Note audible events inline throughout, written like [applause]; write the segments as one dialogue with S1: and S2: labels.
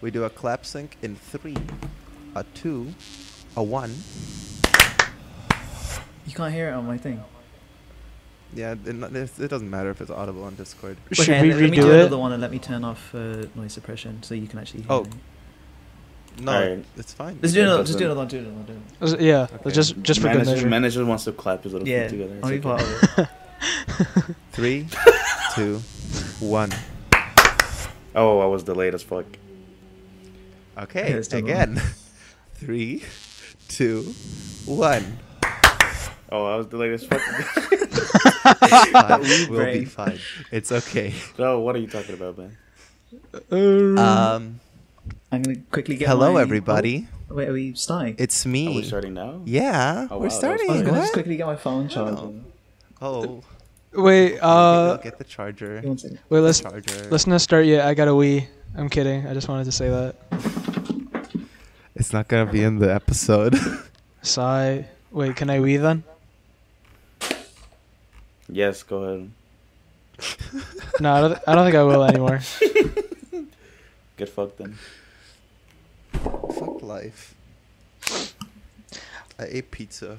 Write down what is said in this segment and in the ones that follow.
S1: We do a clap sync in three, a two, a one.
S2: You can't hear it on my thing.
S1: Yeah, it, it it doesn't matter if it's audible on Discord.
S2: Wait,
S3: Should
S2: hang
S3: we
S2: on, let, me do
S3: redo
S2: another
S3: it?
S2: one and let me turn off uh, noise suppression so you can actually hear
S1: Oh.
S2: me.
S1: No,
S4: Alright.
S1: it's fine.
S2: Let's do
S4: It
S2: another, just do
S4: doesn't-
S2: another one, do another one, do another one.
S3: Uh, Yeah,
S1: Okay.
S3: just just for good
S4: manager,
S3: measure.
S4: manager wants to clap his little
S2: Yeah, oh,
S4: feet together. It's
S2: I'll be
S4: okay.
S2: part of it.
S3: [laughs]
S1: Three, two, one.
S4: [laughs] Oh, I was delayed as fuck.
S1: Okay,
S2: let's do another one.
S1: again. [laughs] Three, two,
S3: [laughs]
S1: one.
S4: Oh, I was delayed as fuck. [laughs]
S1: Five. We'll be
S2: Brave.
S1: fine. It's
S3: [laughs]
S1: okay.
S4: no, what are you talking about, man?
S3: Uh,
S1: Um,
S2: I'm going to quickly get
S1: hello,
S2: my-
S1: everybody.
S2: Oh, wait, are we starting?
S1: It's
S4: Are we
S1: me.
S4: Oh, starting now?
S1: Yeah,
S4: Oh, wow,
S1: we're
S4: that was
S1: starting.
S2: Oh,
S4: fast.
S2: can I just
S1: What?
S2: quickly get my phone charging?
S1: Oh,
S3: Wait,
S1: I'll
S3: uh,
S1: get the charger.
S2: Give me One second.
S3: wait. Let's
S1: Charger.
S3: let's not start yet. I got a wee. I'm kidding. I just wanted to say that.
S1: It's not gonna be in the episode.
S3: Sigh. Wait, can I wee then?
S4: Yes, go ahead.
S3: No, I don't. I don't think I will anymore.
S4: Get fucked then.
S1: Fuck life. I ate pizza.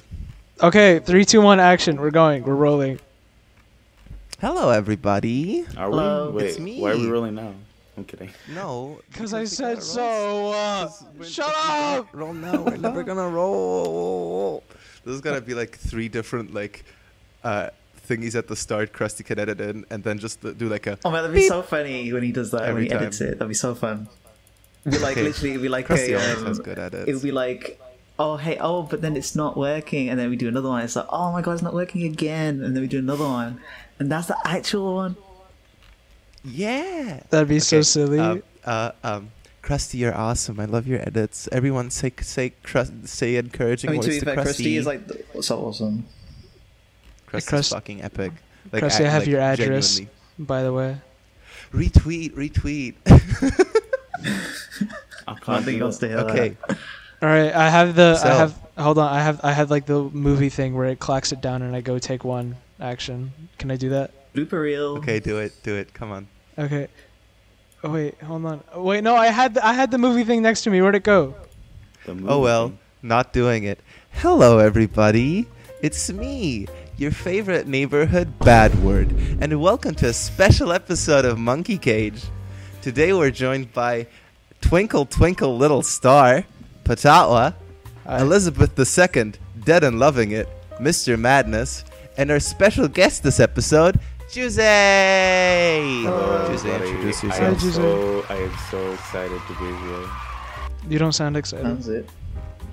S3: Okay, three, two, one, action. We're going. We're rolling.
S1: Hello, everybody.
S4: Are
S2: Hello.
S4: we? Wait,
S1: It's me.
S4: why are we rolling now? I'm kidding.
S1: No,
S3: [laughs] Cause I
S1: we gotta
S3: said
S1: roll.
S3: so. Uh,
S1: 'Cause we're-
S3: shut
S1: if we
S3: up.
S1: don't Roll now. We're never gonna roll. This is gonna be like three different like uh thingies at the start. Krusty can edit in, and then just do like a
S2: Oh man, that'd be so funny when he does that
S1: Every
S2: when he
S1: time.
S2: edits it. That'd be so fun. It'd be like
S1: Okay.
S2: literally, it'd be like
S1: Krusty
S2: a,
S1: always
S2: um,
S1: sounds good at
S2: it would
S1: it.
S2: be like, oh hey, oh, but then it's not working, and then we do another one. It's like, oh my god, it's not working again, and then we do another one, and that's the actual one.
S1: Yeah.
S3: That'd be so
S1: Okay,
S3: silly.
S1: Um, uh, um, Krusty, you're awesome. I love your edits. Everyone say say crust, say encouraging
S2: I mean, to
S1: words to,
S2: be fair,
S1: Krusty.
S2: Krusty is like th- so awesome.
S1: Krusty's
S3: Krust-
S1: fucking epic. Like,
S3: Krusty, I
S1: act-
S3: have
S1: like,
S3: your address.
S1: genuinely.
S3: By the way,
S1: Retweet, retweet. [laughs]
S4: I
S2: I don't
S4: can't
S2: think he
S4: do
S2: wants to hear
S4: that.
S1: okay.
S3: all right. I have the.
S1: So-
S3: I have. Hold on. I have. I had like the movie thing where it clacks it down and I go take one action. Can I do that?
S2: that. Blooper reel.
S1: Okay, do it, do it. Come on.
S3: Okay. Oh, wait, hold on. Oh, Wait, no, I had the, I had the movie thing next to me. Where'd it go?
S4: The
S1: Oh
S4: movie
S1: well,
S4: thing.
S1: not doing it. Hello, everybody. It's me, your favorite neighborhood bad word, and welcome to a special episode of Monkey Cage. Today we're joined by Twinkle Twinkle Little Star, Patatawa,
S3: Hi.
S1: Elizabeth II, Dead and Loving It, Mr. Madness, and our special guest this episode, Jose.
S4: Hello,
S1: Jose,
S4: everybody.
S1: introduce
S4: I am
S1: yourself.
S3: Hi, Jose.
S4: so I am so excited to be here.
S3: You don't sound excited.
S2: That's it.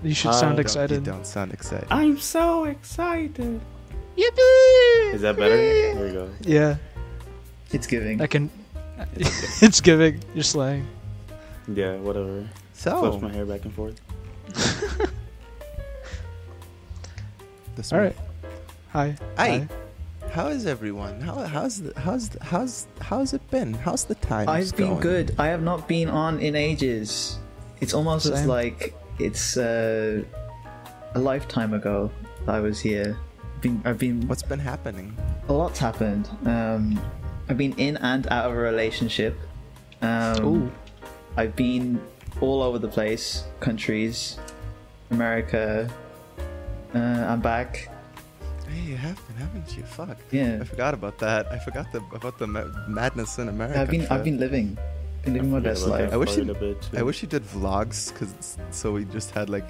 S3: You should sound
S4: I don't-
S1: Don't, you
S3: excited.
S1: don't sound excited.
S2: Ah,
S4: I'm so excited.
S3: Yippee!
S4: Is that better? There you go.
S3: Yeah,
S2: It's giving.
S3: I can. [laughs]
S4: It's okay.
S3: it's giving. You're slang.
S4: Yeah, whatever.
S1: So,
S4: Flips my hair back and forth.
S1: this
S3: All
S1: one.
S3: right. Hi.
S1: Hi. How is everyone? How how's the, how's the, how's how's it been? How's the time?
S2: I've been good. I have not been on in ages. It's almost as
S3: Same.
S2: like it's uh, a lifetime ago that I was here. Been, I've been.
S1: What's been happening?
S2: A lot's happened. Um, I've been in and out of a relationship. Um,
S3: Ooh.
S2: I've been all over the place, countries, America. Uh, I'm back.
S1: Hey, you have been, haven't you? Fuck.
S2: Yeah.
S1: I forgot about that. I forgot the, about the ma- madness in America.
S2: I've been. I've
S1: trip.
S2: been living. Been living my best
S4: Yeah,
S2: life.
S1: I wish
S4: Florida
S1: you-
S4: bitch. [laughs]
S1: I wish you did vlogs, cause so we just had like,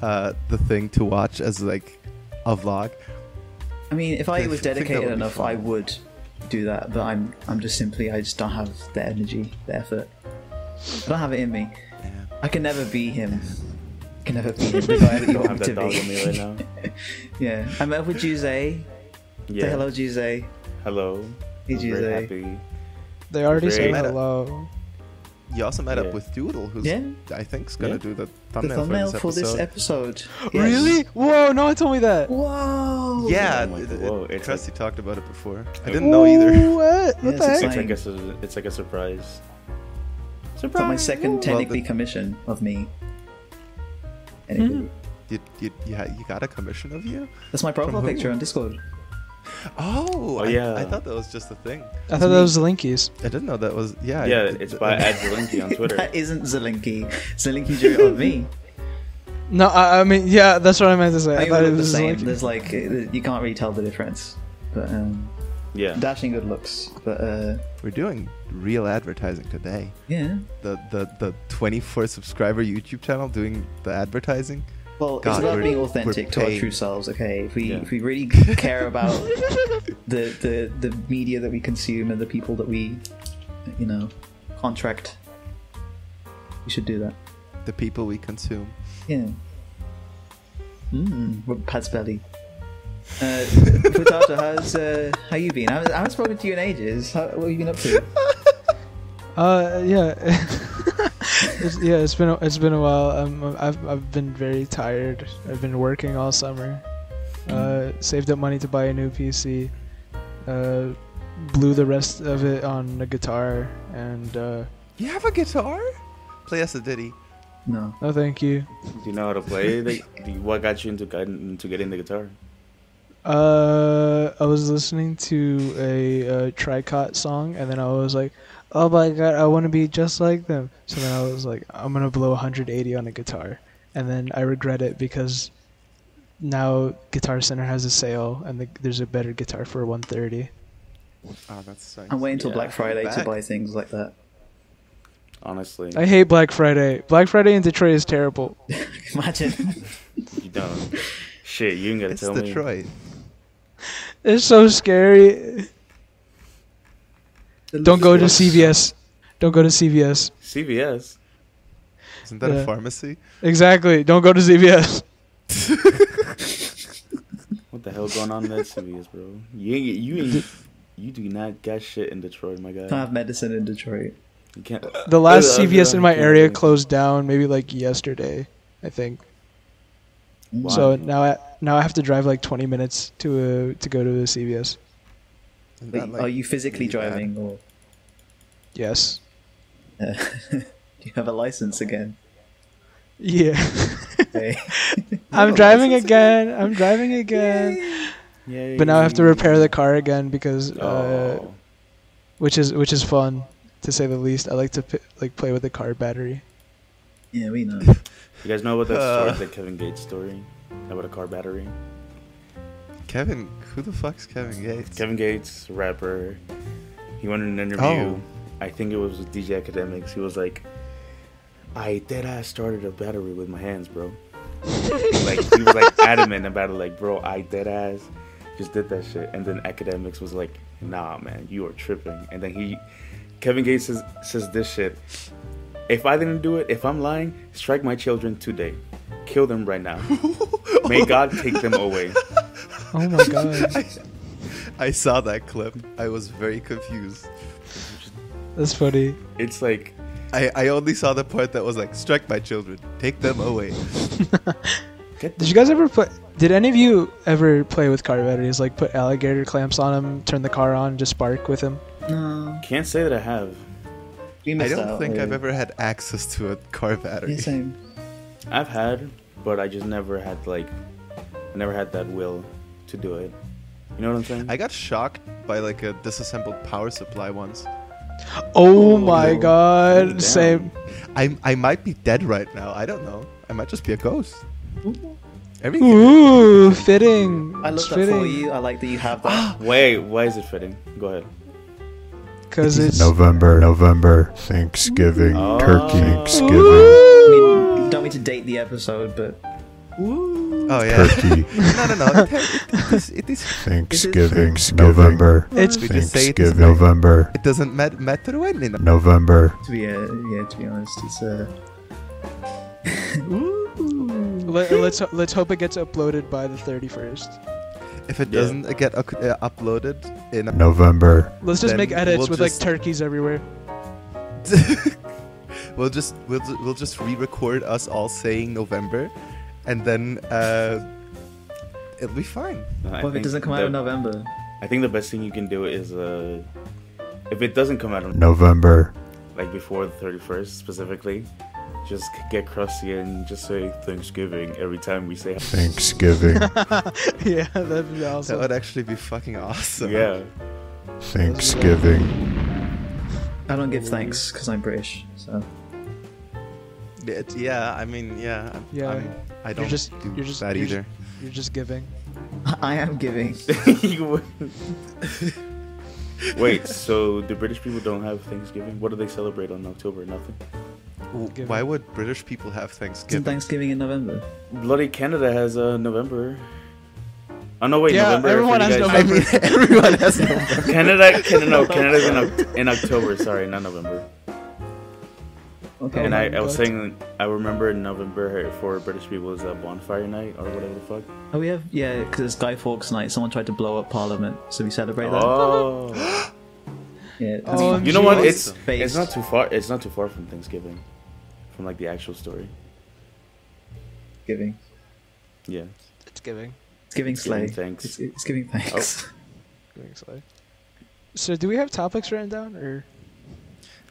S1: uh, the thing to watch as like, a vlog.
S2: I mean, if
S1: I
S2: I was
S1: think that would
S2: dedicated
S1: be
S2: enough,
S1: fun.
S2: I would do that. But I'm. I'm just simply. I just don't have the energy, the effort. I don't have it in me.
S1: Yeah.
S2: I can never be him. I can never be
S4: [laughs]
S2: him. The guy that you
S4: don't have
S2: want
S4: that
S2: to
S4: dog in
S2: be.
S4: me right now.
S2: [laughs] Yeah. I met up with Juse.
S4: Yeah.
S2: Say hello, Juse.
S4: Hello.
S2: Hey,
S4: I'm very
S2: Jose.
S4: happy.
S3: They already
S4: Great.
S3: said
S1: Meta.
S3: hello.
S1: You also met
S4: Yeah.
S1: up with Doodle, who's
S2: Yeah.
S1: I think's gonna
S4: Yeah.
S1: do the
S2: The
S1: thumbnail,
S2: thumbnail for
S1: this
S2: this
S1: episode.
S2: episode.
S1: [gasps]
S2: Yes.
S3: Really? Whoa! No one told me that.
S2: Whoa!
S1: yeah,
S4: Oh my
S1: it-
S4: God,
S1: it-
S4: whoa, it's
S1: Krusty talked about it before. I didn't
S3: Ooh,
S1: know
S2: [laughs]
S1: either.
S3: What?
S2: Yes,
S3: What the
S2: it's
S3: heck?
S4: It's like
S2: Dang.
S4: a su- it's like a surprise.
S2: For my second
S1: the-
S2: technically
S1: Hmm.
S2: commission of me. Anyway,
S1: You you you, ha- you got a commission of you?
S2: That's my
S1: From
S2: profile
S1: who?
S2: picture on Discord.
S1: Oh, I,
S4: yeah.
S1: I thought that was just a thing.
S3: I thought that was the Linkies.
S1: I didn't know that was. Yeah.
S4: yeah,
S1: it-
S4: it's
S1: it-
S4: by Ad
S2: [laughs]
S4: Zelinki on Twitter.
S2: that isn't Zelinky. Zelinky drew it
S1: [laughs]
S2: on me.
S3: No, I, I mean, yeah, that's what I meant to say. I,
S2: I mean,
S3: thought
S2: we
S3: it
S2: look the
S3: was the
S2: same.
S3: Linkies.
S2: There's like uh, you can't really tell the difference. But um,
S4: Yeah.
S2: dashing good looks. But uh,
S1: We're doing real advertising today.
S2: yeah.
S1: The the the 24 subscriber YouTube channel doing the advertising.
S2: Well,
S1: God,
S2: it's about
S1: we're-
S2: being
S1: we're
S2: authentic to our
S1: paid.
S2: true selves. Okay, if we
S4: Yeah.
S2: if we really care
S4: [laughs]
S2: about the, the the media that we consume and the people that we, you know, contract, we should do that.
S1: The people we consume.
S2: Yeah. Mm, with Pat's belly.
S4: [laughs]
S2: Uh, Potato, how's uh, how you been? I haven't, I haven't spoken to you in ages. How, what have you been up
S4: [laughs]
S2: to?
S3: Uh, yeah. [laughs] it's, yeah, it's been a, it's been a while. Um, I've I've been very tired. I've been working all summer. Uh, saved up money to buy a new PC. Uh, blew the rest of it on a guitar, and uh,
S1: You have a guitar? Play us a ditty.
S2: No.
S3: no, thank you.
S4: Do you know how to play? the, the- what got you into gu- into getting the guitar?
S3: Uh, I was listening to a, uh Tricot song, and then I was like, "Oh my god, I want to be just like them." So then I was like, "I'm gonna blow 180 on a guitar," and then I regret it because now Guitar Center has a sale, and the, there's a better guitar for 130.
S1: Ah, that's so.
S2: I'm waiting until
S4: Yeah,
S2: Black Friday to
S1: back.
S2: buy things like that. [laughs]
S4: Honestly,
S3: I hate Black Friday. Black Friday in Detroit is terrible.
S2: Imagine.
S4: you don't. Shit, you ain't gotta
S1: It's
S4: tell me.
S1: Detroit.
S3: It's so scary. [laughs] Don't go to CVS. Don't go to CVS.
S4: CVS.
S1: Isn't that a
S3: Yeah.
S1: pharmacy?
S3: Exactly. Don't go to CVS.
S4: What the hell going on in that CVS, bro? You ain't, you ain't, you do not got shit in Detroit, my
S2: Don't
S4: guy.
S2: have medicine in Detroit.
S4: You can't.
S3: The last
S4: Uh, uh,
S3: CVS in my
S4: yeah.
S3: area closed down maybe like yesterday, I think.
S4: Wow.
S3: So now I now I have to drive like 20 minutes to a, to go to the CVS.
S1: Isn't
S2: Wait,
S1: that, like,
S2: are you physically
S1: really bad?
S2: driving, or
S3: Yes.
S2: uh, do you have a
S1: [laughs]
S2: license again?
S3: Yeah. [laughs]
S2: Hey.
S3: I'm
S1: No,
S3: driving
S1: that's-
S3: again. I'm driving again.
S4: Yay.
S3: But now I have to repair the car again because uh,
S4: Oh.
S3: which is which is fun to say the least. I like to p- like play with the car battery.
S2: yeah, we know.
S4: You guys know about that
S1: Uh.
S4: story, the Kevin Gates story about a car battery?
S1: Kevin, who the fuck's Kevin Gates?
S4: Kevin Gates, rapper. He went in an interview.
S1: Oh.
S4: I think it was with DJ Academics. He was like, "I did. I started a battery with my hands, bro." like he was like adamant about it. Like, bro, I dead ass just did that shit. And then Academics was like, "Nah, man, you are tripping." And then he, Kevin Gates says, says this shit. If I didn't do it, if I'm lying, strike my children today. Kill them right now. May God take them away.
S3: [laughs] Oh my god.
S1: I saw that clip. I was very confused.
S3: [laughs] That's funny.
S4: It's like
S1: I, I only saw the part that was like, strike my children, take
S2: [laughs]
S1: them away.
S4: get
S3: Did you guys ever play Did any of you ever play with car batteries like put alligator clamps on them, turn the car on, just spark with them?
S2: No,
S4: Can't say that I have.
S2: we
S1: I
S2: missed
S1: don't
S2: out,
S1: think I've
S2: really.
S1: ever had access to a car battery.
S2: Yeah, same.
S4: I've had, but I just never had like, I never had that will to do it. You know what I'm saying?
S1: [laughs] I got shocked by like a disassembled power supply once.
S3: Oh my
S4: no.
S3: god.
S4: Damn.
S3: Same.
S1: I I might be dead right now. I don't know. I might just be a ghost.
S4: Mm-hmm.
S1: Everything.
S3: Ooh, fitting.
S2: I love
S3: it's
S2: that
S3: fitting.
S2: for you. I like that you have
S3: [gasps]
S2: that.
S4: Wait, why is it fitting? Go ahead.
S3: Cause it's
S5: November, November, Thanksgiving,
S4: Oh.
S5: Turkey, Thanksgiving,
S2: I
S3: Ooh.
S2: mean, don't mean to date the episode, but
S4: Mm-hmm.
S1: Oh yeah.
S5: Turkey,
S1: [laughs] no no no. It, it is, it is.
S5: Thanksgiving, November,
S3: It's
S1: We just say it
S5: Thanksgiving,
S1: is-
S5: November,
S1: It doesn't mat- matter when. You know?
S5: November.
S2: to be uh, yeah, to be honest, it's uh,
S3: let, let's ho- let's hope it gets uploaded by the thirty first.
S1: If it
S4: Yeah.
S1: doesn't uh, get up- uh, uploaded in.
S5: November,
S3: Let's just
S1: Then
S3: make edits
S1: we'll
S3: with
S1: just-
S3: like turkeys everywhere.
S1: [laughs]
S3: [laughs]
S1: we'll just we'll ju- we'll just re-record us all saying November, and then uh, it'll be fine.
S4: No, I
S2: well, if it
S4: think
S2: doesn't come out
S4: the-
S2: in November,
S4: I think the best thing you can do is, uh, if it doesn't come out in-
S5: November,
S4: like before the 31st specifically, just get crustier and just say Thanksgiving every time we say.
S1: [laughs]
S5: Thanksgiving.
S3: yeah, that'd be awesome.
S1: That would actually be fucking awesome.
S4: Yeah. [laughs]
S5: Thanksgiving.
S2: I don't give thanks because I'm British. So [laughs]
S1: It- yeah, I mean, yeah. I'm,
S3: Yeah.
S1: I'm, I do
S3: you're
S1: not
S3: just
S1: do
S3: you're just
S1: that
S3: you're
S1: either.
S3: just- you're just giving.
S2: I
S1: [laughs]
S2: am giving.
S4: You would- Wait, so the British people don't have Thanksgiving? What do they celebrate on October? Nothing.
S1: W-
S3: Give
S1: Why
S3: it.
S1: would British people have
S2: Isn't
S1: Thanksgiving?
S2: Thanksgiving in November?
S4: Bloody Canada has uh, November. Oh no, wait,
S3: Yeah,
S4: November. I
S3: everyone
S4: forget
S3: has
S4: you guys-
S1: I mean, everyone has November.
S4: [laughs] Canada, Canada, no, Canada's in, Oc- in October. Sorry, not November.
S2: Okay.
S4: And I, I
S3: my
S4: was
S3: God.
S4: saying, I remember in November for British people is a bonfire night or whatever the fuck.
S2: oh, we have yeah, because it's Guy Fawkes night. Someone tried to blow up Parliament, so we celebrate
S4: Oh,
S2: that. Yeah. that's
S3: Oh,
S2: fine.
S4: you know what? It's
S1: Jesus.
S4: it's not too far. It's not too far from Thanksgiving, from like the actual story.
S2: giving.
S4: Yeah.
S3: [laughs] It's giving.
S2: It's giving
S4: giving Oh.
S2: slay.
S4: thanks.
S2: It's, it's giving thanks.
S3: Giving slide. So do we have topics written down or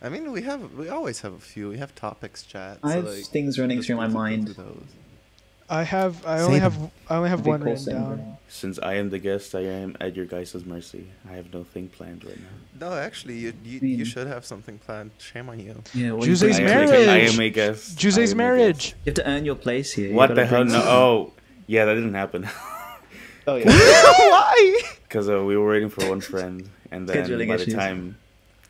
S1: I mean, we have we always have a few. We have topics chat.
S2: [laughs] I
S1: so,
S2: have
S1: like,
S2: things running
S1: just
S2: through my
S1: go
S2: mind.
S1: through those.
S3: I have I
S1: Say
S3: only
S1: them.
S3: have I only have
S2: It'd be
S3: one
S2: cool
S3: written
S2: saying
S3: down.
S2: that.
S4: Since I am the guest, I am at your guys' mercy. I have no thing planned right now.
S1: No, actually, you you, you
S2: Mean.
S1: should have something planned. Shame on you.
S2: Yeah. Well, you,
S3: Jose's
S4: I
S2: bring-
S4: am a-
S3: marriage.
S4: I am a guest. I am
S3: Jose's [laughs]
S4: a
S3: marriage.
S2: you have to earn your place here.
S4: guest.
S2: You
S4: What
S2: gotta
S4: the hell?
S2: bring
S4: No.
S2: some-
S4: Oh, yeah, that didn't happen.
S2: [laughs]
S4: [laughs]
S2: Oh [laughs] yeah.
S1: Why?
S4: Because uh, we were waiting for one friend, and then
S2: Scheduling
S4: by the
S2: issues.
S4: time,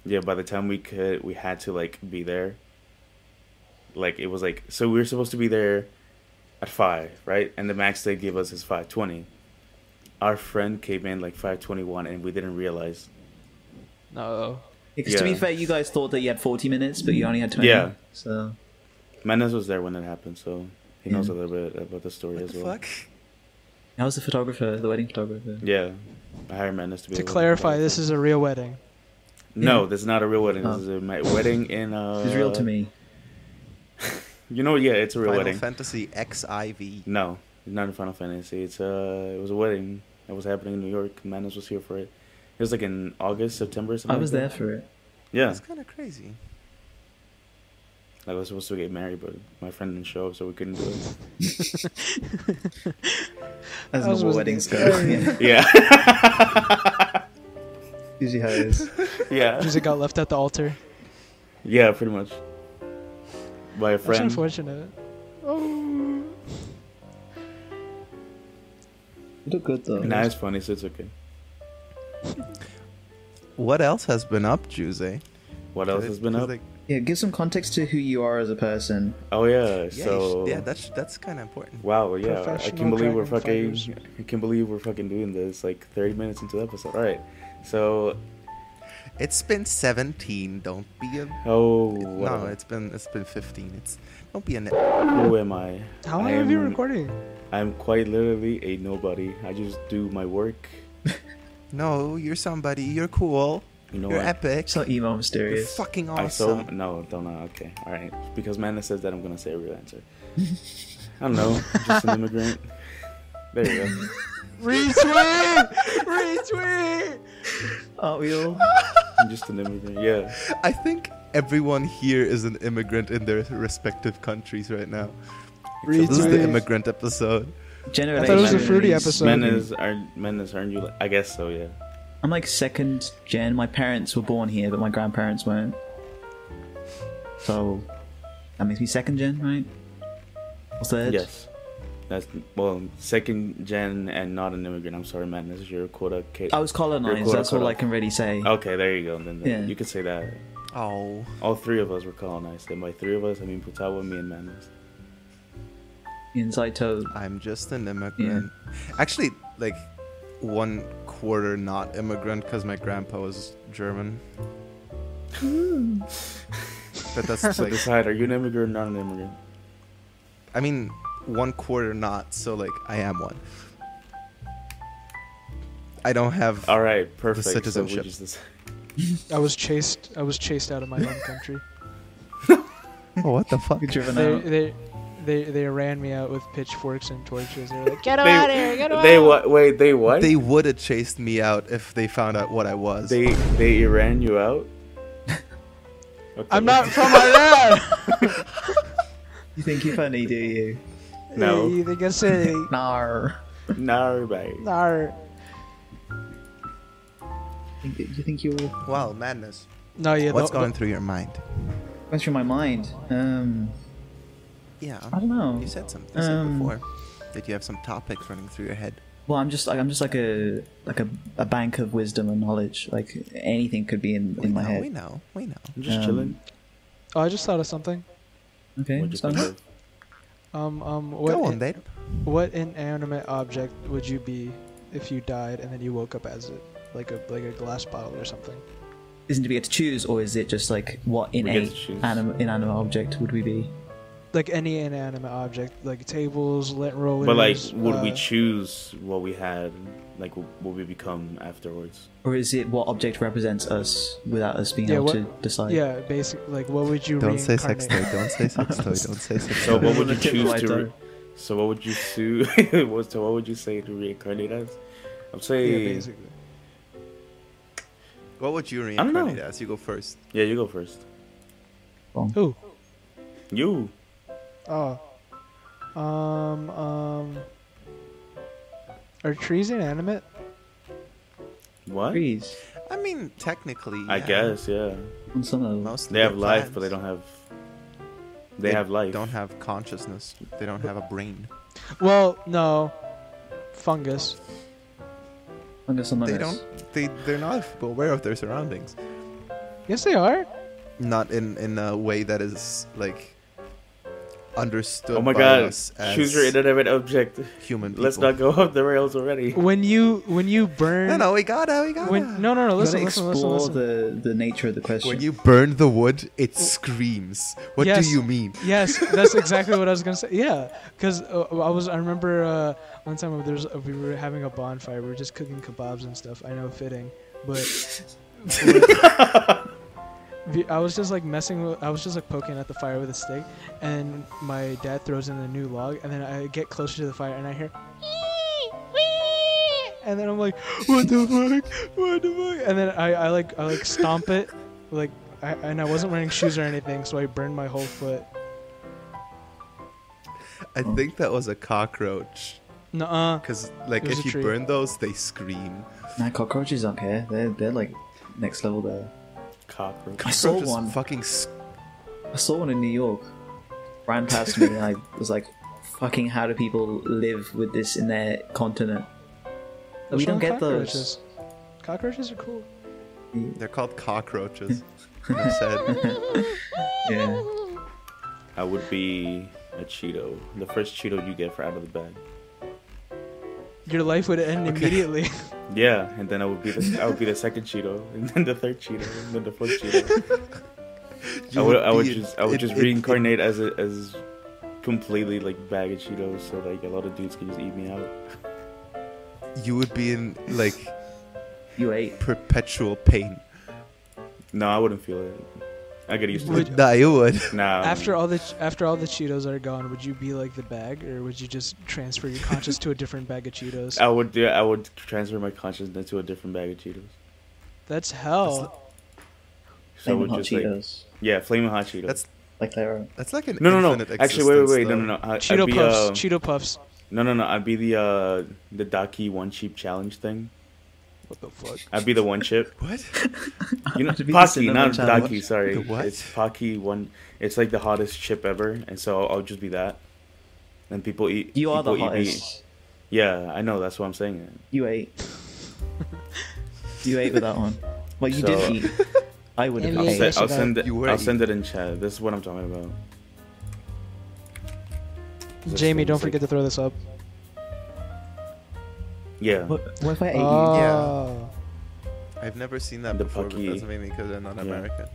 S4: yeah, by the time we could, we had to like be there. Like it was like so we were supposed to be there at five, right? And the max they gave us is five twenty. Our friend came in like five twenty one, and we didn't realize.
S3: No.
S2: Because to be
S4: Yeah.
S2: fair, you guys thought that you had 40 minutes, but you only had 20.
S4: Yeah.
S2: So
S4: Mendes was there when it happened, so he knows
S2: Yeah.
S4: a little bit about the story
S1: What
S4: as
S1: the
S4: well.
S1: fuck?
S2: I was the photographer, the wedding photographer.
S4: Yeah, I hired Mendes to be.
S3: To
S4: the wedding
S3: clarify,
S4: photographer.
S3: this is a real wedding.
S4: no, this is not a real wedding.
S2: Oh.
S4: This is a ma- wedding in. Uh,
S2: It was real to me.
S4: You know, yeah, it's a real
S1: Final
S4: wedding.
S1: Fantasy XIV.
S4: No, not in Final Fantasy. It's uh, it was a wedding that was happening in New York. Manus was here for it. It was like in August, September. Something
S2: I was
S4: like
S2: there
S4: That.
S2: for it.
S4: Yeah,
S1: That's kind of crazy.
S4: like I was supposed to get married, but my friend didn't show up, so we couldn't do
S3: [laughs]
S4: it.
S2: As
S3: I was
S2: normal
S3: wasn't
S2: weddings go.
S3: there.
S2: [laughs]
S4: [laughs]
S2: Yeah.
S3: [laughs]
S4: yeah,
S2: Usually how it is.
S4: yeah,
S3: Music got left at the
S1: [laughs]
S3: altar.
S4: yeah, pretty much. By a
S3: That's
S4: friend.
S3: unfortunate. Oh.
S2: You look good though.
S4: Nah, it's funny, so it's okay.
S1: What else has been up, Juse?
S4: What else has been up?
S1: Like,
S2: Yeah, give some context to who you are as a person.
S4: oh yeah,
S1: yeah,
S4: so
S1: you should- yeah, that's that's kind of important.
S4: Wow, yeah, I
S3: Professional
S4: can't believe we're
S3: dragon
S4: fucking.
S3: fighters.
S4: I can't believe we're fucking doing this. Like thirty minutes into the episode. All right, so
S1: It's been 17. Don't be a
S4: oh
S1: no.
S4: whatever.
S1: It's been it's been 15. It's don't be a.
S4: who am I?
S3: How long
S4: I
S3: have you
S4: am-
S3: recording?
S1: [laughs]
S4: I'm quite literally a nobody. I just do my work.
S1: No, you're somebody. You're cool.
S4: You know
S1: you're
S4: what?
S1: epic.
S2: It's not emo
S1: You're
S2: mysterious.
S1: fucking
S4: I so
S1: awesome.
S4: no, don't know. Okay, all right. Because Mana says that I'm gonna say a real answer. I don't know.
S3: [laughs]
S4: I'm just an immigrant. There you go.
S3: Retweet! Retweet!
S2: Aren't we
S3: [laughs]
S2: all?
S4: I'm just an immigrant. Yeah.
S1: I think everyone here is an immigrant in their respective countries right now. Except this is the
S3: Retweet.
S1: immigrant episode.
S2: Generation.
S3: I thought it was a
S4: a
S3: fruity episode.
S4: Men is are men is aren't you? li- I guess so. Yeah.
S2: I'm like second gen. My parents were born here, but my grandparents weren't. So that makes me second gen, right? Or third?
S4: Yes. That's well, second gen and not an immigrant. I'm sorry, man. This is your quota. Kate.
S3: Oh,
S2: I was
S4: You're Oh.
S2: colonized.
S4: quota
S2: That's all I
S4: cutoff.
S2: can really say.
S4: Okay, there you go. Then, then
S2: Yeah.
S4: you could say that.
S1: Oh,
S4: All three of us were colonized, and by three of us, I mean Putawa, me, and Manas.
S2: Inside toe.
S1: I'm just an immigrant. Actually, like one quarter not immigrant because my grandpa was German. Hmm. but that's [laughs]
S4: So
S1: like
S4: decide: Are you an immigrant or not an immigrant?
S1: I mean, one quarter not, so like I am one. I don't have
S4: All right, perfect. So
S1: citizenship.
S4: we just decide-
S3: I was chased. I was chased out of my home
S1: [laughs]
S3: country.
S1: oh, what the fuck?
S2: You're driven
S3: They,
S2: out.
S3: they, they, they ran me out with pitchforks and torches. They were
S1: [laughs]
S3: like, "Get
S4: they,
S3: out of here! Get out!"
S4: they what? Wait, they what?
S1: They would have chased me out if they found out what I was.
S4: they they ran you out. Okay.
S1: [laughs]
S3: I'm not from Iran.
S2: You think you're funny, do you?
S4: No.
S3: Hey, they
S1: [laughs]
S3: can say,
S2: Nar.
S4: No, bye.
S3: "Nar."
S2: Think that- You think you're.
S1: Wow, madness.
S3: No, yeah.
S1: What's
S3: the-
S1: going through your mind?
S2: What's through my mind? Um,
S1: Yeah.
S2: I don't know.
S1: You said something you said
S2: Um,
S1: before that you have some topics running through your head.
S2: Well, I'm just like I'm just like a like a, a bank of wisdom and knowledge. Like anything could be in,
S1: We
S2: in my
S1: know,
S2: head.
S1: we know, we know.
S4: I'm just
S2: Um,
S4: chilling.
S3: Oh, I just thought of something.
S2: Okay.
S4: What'd you
S2: so-
S4: think of?
S3: Um, um, what?
S1: Go
S3: in-
S1: on, babe.
S3: What inanimate object would you be if you died and then you woke up as it, like a like a glass bottle or something?
S2: Isn't to be able to choose, or is it just like what
S4: get
S2: innate
S4: to choose.
S2: anim- inanimate object would we be?
S3: Like any inanimate object, like tables, lint rollers.
S4: But like, would we
S3: uh,
S4: choose what we had? Like, what what we become afterwards?
S2: Or is it what object represents us without us being
S3: Yeah,
S2: able
S3: what-
S2: to decide?
S3: yeah, basically, like what would you
S1: Don't say sex
S3: [laughs] reincarnate?
S1: toy. Don't say sex [laughs] toy. Don't say sex
S4: So
S1: toy.
S4: what
S2: This
S4: would you
S2: is a
S4: choose
S2: typical
S4: to?
S2: idea.
S4: Re- so what would you sue? [laughs] so what would you say to reincarnate us? I'm
S3: Yeah,
S4: saying. Yeah,
S3: basically.
S1: What would you
S4: don't know.
S1: reincarnate as? You go first.
S4: you go first.
S3: Who?
S4: You.
S3: Oh. Um. Um. Are trees inanimate?
S4: What?
S2: Trees.
S1: I mean, technically.
S4: I
S1: yeah.
S4: guess. Yeah.
S2: On some level.
S1: Most
S4: They have life, but they don't have. They, have life.
S1: Don't have consciousness. They don't have a brain.
S3: Well, no. Fungus.
S2: Fungus among
S1: They
S2: us.
S1: don't. They they're not aware of their surroundings.
S3: Yes, they are.
S1: Not in in a way that is like understood.
S4: oh my
S1: by
S4: God!
S1: us as
S4: Choose your inanimate object.
S1: human. People.
S4: Let's not go off the rails already.
S3: When you when you burn.
S1: No, no, we gotta, we gotta.
S3: When, no, no, no.
S2: You gotta
S3: Listen, listen,
S2: explore
S3: listen, listen.
S2: the the nature of the question.
S1: When you burn the wood, it screams. What
S3: Yes.
S1: do you mean?
S3: yes, that's exactly what I was gonna say. Yeah, because uh, I was I remember uh, one time there was, we were having a bonfire. We were just cooking kebabs and stuff. I know, fitting, but. We- [laughs] I was just like messing. With, I was just like poking at the fire with a stick, and my dad throws in a new log, and then I get closer to the fire, and I hear, and then I'm like, "What the fuck? What the fuck?" And then I, I like, I like stomp it, like, I, and I wasn't wearing shoes or anything, so I burned my whole foot.
S1: I think that was a cockroach.
S3: Nuh-uh.
S1: Cause like
S3: It was
S1: if
S3: a
S1: you
S3: tree.
S1: burn those, they scream.
S2: nah, cockroaches don't care. They're they're like next level there.
S4: Cockroach.
S2: I saw
S1: Cockroaches
S2: one.
S1: Fucking. s-
S2: I saw one in New York. Ran past me and
S3: [laughs]
S2: I was like, "Fucking, how do people live with this in their continent?" we
S3: What's
S2: don't
S3: wrong with
S2: get those.
S3: cockroaches? Cockroaches are cool.
S1: They're called cockroaches. They're
S2: [laughs]
S1: sad.
S4: [laughs]
S2: Yeah.
S4: I would be a Cheeto. The first Cheeto you get for out of the bag.
S3: Your life would
S4: [laughs]
S3: end immediately.
S4: Yeah, and then I would be the I would be the second Cheeto, [laughs] and then the third Cheeto, and then the fourth Cheeto. I
S1: You
S4: would I would
S1: be-
S4: [laughs] just I would
S1: it-
S4: just
S1: it- it-
S4: reincarnate as a, as completely like bag of Cheetos, so like a lot of dudes can just eat me out.
S1: you would be in like
S2: You ate.
S1: perpetual pain.
S4: No, I wouldn't feel it. I get used to
S3: Would-
S4: it.
S1: Nah, you would.
S4: Nah.
S3: after all the ch- after all the Cheetos are gone, would you be like the bag, or would you just transfer your conscious to a different bag of Cheetos?
S4: I would yeah, I would transfer my consciousness to a different bag of Cheetos.
S3: That's hell.
S4: So I
S2: Flaming
S4: would
S2: hot
S4: just like
S2: Cheetos.
S4: yeah, flaming hot Cheetos.
S1: That's
S2: Like they're uh,
S1: that's like an
S4: no, no, no.
S1: infinite
S4: Actually, wait, wait, wait.
S1: existence,
S4: No,
S1: though.
S4: no, no. I,
S3: Cheeto
S4: I'd be,
S3: puffs.
S4: uh,
S3: Cheeto puffs.
S4: no, no, no. I'd be the uh, the Daki one cheap challenge thing.
S3: What the fuck?
S4: I'd be the one chip.
S2: [laughs]
S1: What?
S4: You know,
S2: To be
S4: Pocky,
S2: the cinnamon
S4: not
S2: challenge.
S4: Daki. Sorry,
S1: The what?
S4: It's Pocky one. It's like the hottest chip ever, and so I'll just be that. And people eat.
S2: you are the
S4: people eat me.
S2: hottest.
S4: Yeah, I know. That's what I'm saying. it.
S2: You ate. you ate with that one. Well, you
S4: So-
S2: did eat. I would have
S3: Yeah,
S4: I'll,
S3: yeah,
S2: ate.
S4: send,
S3: yes,
S4: I'll,
S3: you got
S4: send it,
S1: You were
S4: I'll
S1: eat-
S4: send it in chat. This is what I'm talking about. This
S3: Jamie,
S4: thing's
S3: don't forget to
S4: like-
S3: throw this up.
S4: Yeah,
S2: What, what if I ate you?
S3: Oh,
S1: I've never seen that
S4: The
S1: before.
S4: Pucky.
S1: But that's mainly because I'm not
S4: Yeah.
S1: American.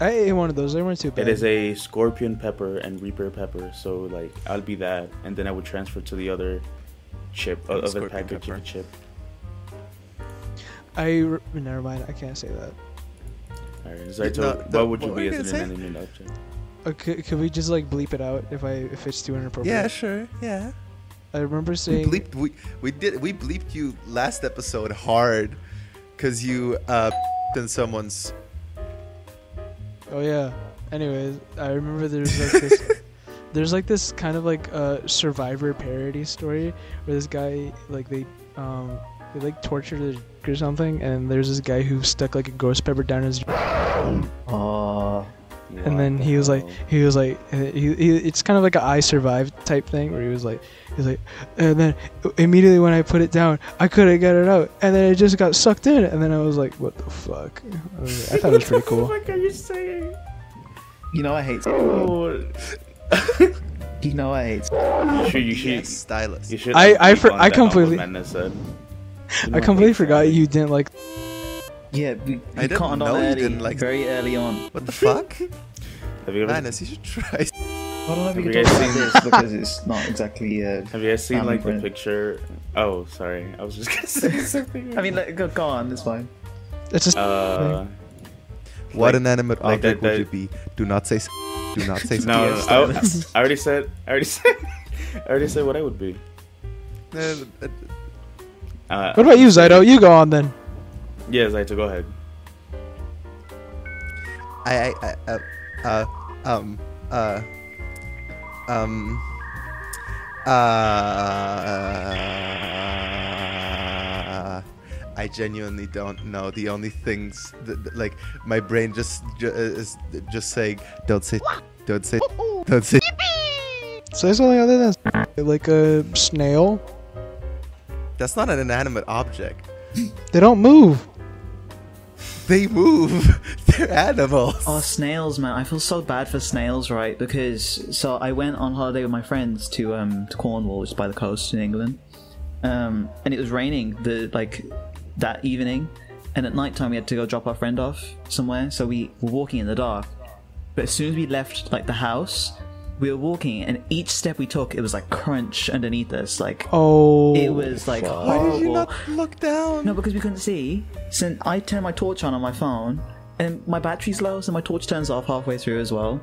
S3: I ate one of those. They weren't too bad.
S4: it is a scorpion pepper and reaper pepper. So like, I'll be that, and then I would transfer to the other chip,
S1: And
S4: other
S1: scorpion
S4: package
S1: pepper.
S4: of chip.
S3: I re- never mind. I can't say that.
S4: All right,
S1: No,
S4: Zaito,
S1: the-
S4: what would you
S1: what were
S4: be
S1: you
S4: as
S1: gonna
S4: an
S1: say?
S4: inanimate object?
S3: Okay, Uh, could we just like bleep it out if I if it's too inappropriate?
S1: Yeah, sure. Yeah.
S3: I remember
S1: We
S3: saying.
S1: bleeped. We we did. We bleeped you last episode hard, cause you uh in someone's.
S3: Oh yeah. Anyways, I remember there was like this. there's like this kind of like uh, survivor parody story where this guy like they um they like tortured a dick or something and there's this guy who stuck like a ghost pepper down his
S2: Oh,
S3: and then he was like he was like uh, he, he, it's kind of like a I survived type thing where he was like he was like and then immediately when I put it down I couldn't get it out and then it just got sucked in and then I was like what the fuck I, was like- I thought it was pretty
S2: [laughs]
S3: cool
S4: What the fuck are you saying?
S2: you know I hate. [laughs] You know I hate.
S4: You should, you should,
S1: Yes, stylist.
S4: you should.
S3: I- I
S4: like,
S3: for-
S4: on
S3: I
S4: that
S3: completely-
S4: compliment said. You know,
S3: I completely
S4: hate
S3: forgot
S4: Sally.
S3: you didn't like
S2: Yeah, we, we
S1: I didn't
S2: conned
S1: know
S2: on
S1: you
S2: early,
S1: didn't like-
S2: very early on.
S1: What the fuck?
S4: [laughs] Have you ever?
S1: Linus, you should try.
S2: I don't know if we
S4: Have
S2: can
S4: you
S2: talk about
S4: guys
S2: this because it's not exactly. Uh,
S4: [laughs] Have you guys seen
S2: Um,
S4: like the
S2: Brent.
S4: picture? Oh, sorry, I was just
S3: [laughs]
S4: gonna say something.
S2: I mean, like, go, go on. It's fine.
S3: it's just
S4: uh,
S1: What inanimate
S4: like
S1: object
S4: that-
S1: would you be? Do not say. s- Do not say. s-
S4: [laughs] no, no, no, I, [laughs] I already said. I already said. I already said what I would be.
S1: Uh, uh,
S4: Uh,
S3: what about you Zydo you go on then
S4: Yeah, Zaito, go ahead.
S1: I, I, I, uh, uh, um, uh, um, uh, I genuinely don't know. The only things, that, that- like, my brain just ju- uh, is just saying, don't say, don't say, don't say.
S3: say something other than s- like a snail
S1: That's not an inanimate object.
S3: they don't move
S1: They move. [laughs] They're animals.
S2: Oh, snails, man! I feel so bad for snails, right? Because so I went on holiday with my friends to um to Cornwall, which is by the coast in England, um, and it was raining the like that evening, and at night time we had to go drop our friend off somewhere. So we were walking in the dark, but as soon as we left like the house, we were walking, and each step we took, it was like crunch underneath us, like
S3: oh
S2: it was like
S1: Why
S2: horrible.
S1: did you not look down?
S2: No, because we couldn't see. Since I turned my torch on on my phone, and my battery's low, so my torch turns off halfway through as well.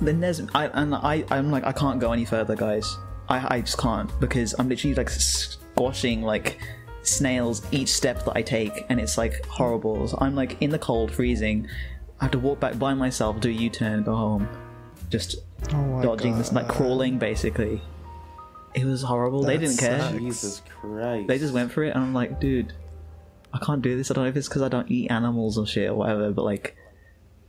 S2: Then there's I and I I'm like I can't go any further, guys. I I just can't because I'm literally like squashing like snails each step that I take, and it's like horrible. So I'm like in the cold, freezing. I have to walk back by myself, do a U-turn, go home. Just
S3: oh my
S2: dodging this, like crawling basically. It was horrible. they
S1: That
S2: didn't care
S1: sucks.
S4: Jesus Christ.
S2: they just went for it, and I'm like, dude, I can't do this. I don't know if it's because I don't eat animals or shit or whatever, but like,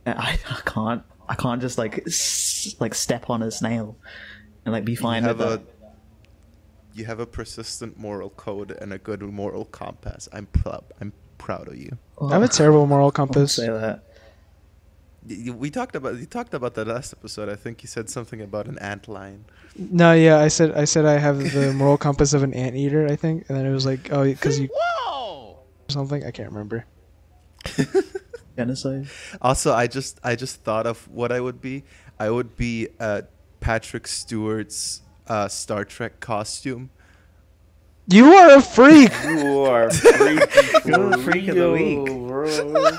S2: I, I can't, I can't just like, s- like step on a snail and like be fine with
S1: have a
S2: that.
S1: you have a persistent moral code and a good moral compass. I'm proud. I'm proud of you.
S3: I have a terrible moral compass
S2: Say that.
S1: Y- you- We talked about you talked about that last episode. I think you said something about an ant line.
S3: No, yeah, I said I said I have the moral compass of an anteater, I think, and then it was like, oh, because you something I can't remember.
S2: Genocide.
S1: Also, I just I just thought of what I would be. I would be uh, Patrick Stewart's uh, Star Trek costume.
S3: You are a [laughs] freak.
S4: You are freaky.
S2: You're the freak of the
S4: Yo,
S2: week.
S4: bro.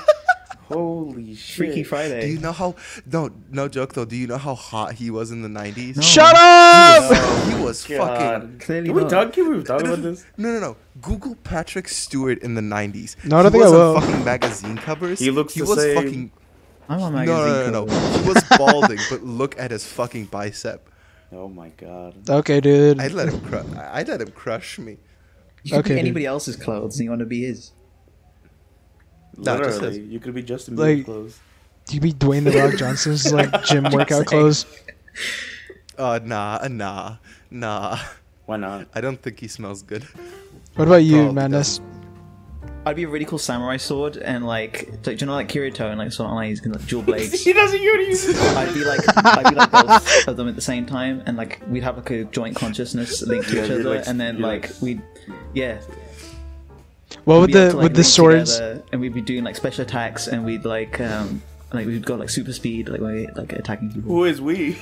S4: Holy shit.
S2: Freaky
S1: Do
S2: Friday.
S1: you know how? No, no joke though. Do you know how hot he was in the nineties?
S3: Shut up.
S1: He was fucking.
S4: God.
S2: Clearly
S4: Can we
S2: not.
S4: talk? Can we talk about this?
S1: No, no, no. Google Patrick Stewart in the '90s.
S3: No, I don't
S1: he
S3: think I
S1: was
S3: will.
S1: On fucking magazine covers.
S4: He looks
S1: He
S4: the
S1: was
S4: same.
S1: fucking.
S2: I'm on
S1: No,
S2: magazine.
S1: no, no, no.
S2: cover.
S1: He was balding, but look at his fucking bicep.
S4: [laughs] Oh my god.
S3: Okay, dude.
S1: I'd let him. Cru- I'd let him crush me.
S2: You could
S3: Okay,
S2: be anybody else's clothes, and you want to be his.
S1: No, just
S4: Literally,
S1: this.
S4: you could be Justin Bieber's
S3: Like-
S4: clothes.
S3: You be Dwayne the Rock Johnson's
S2: [laughs]
S3: like gym workout
S2: Saying.
S3: clothes.
S1: Uh, nah, uh, nah, nah.
S4: Why not?
S1: I don't think he smells good.
S3: What about you,
S1: Probably
S3: Madness?
S2: I'd be a really cool samurai sword, and like, do you know, like Kirito and like Sword Online, he's gonna like,
S4: [laughs]
S2: dual blades.
S4: He doesn't use it.
S2: I'd be like, I'd be like both of them at the same time, and like we'd have like a joint
S4: [laughs]
S2: consciousness linked to
S4: Yeah,
S2: each
S4: you're
S2: other,
S4: like-
S2: and then
S4: you're
S2: like
S4: like-
S2: we'd, yeah,
S3: What
S2: we'd
S3: with
S2: be able
S3: the
S2: to, like,
S3: with the
S2: link
S3: swords?
S2: together, and we'd be doing like special attacks, and we'd like, um, like we'd go like super speed, like we're like attacking people.
S4: Who is we?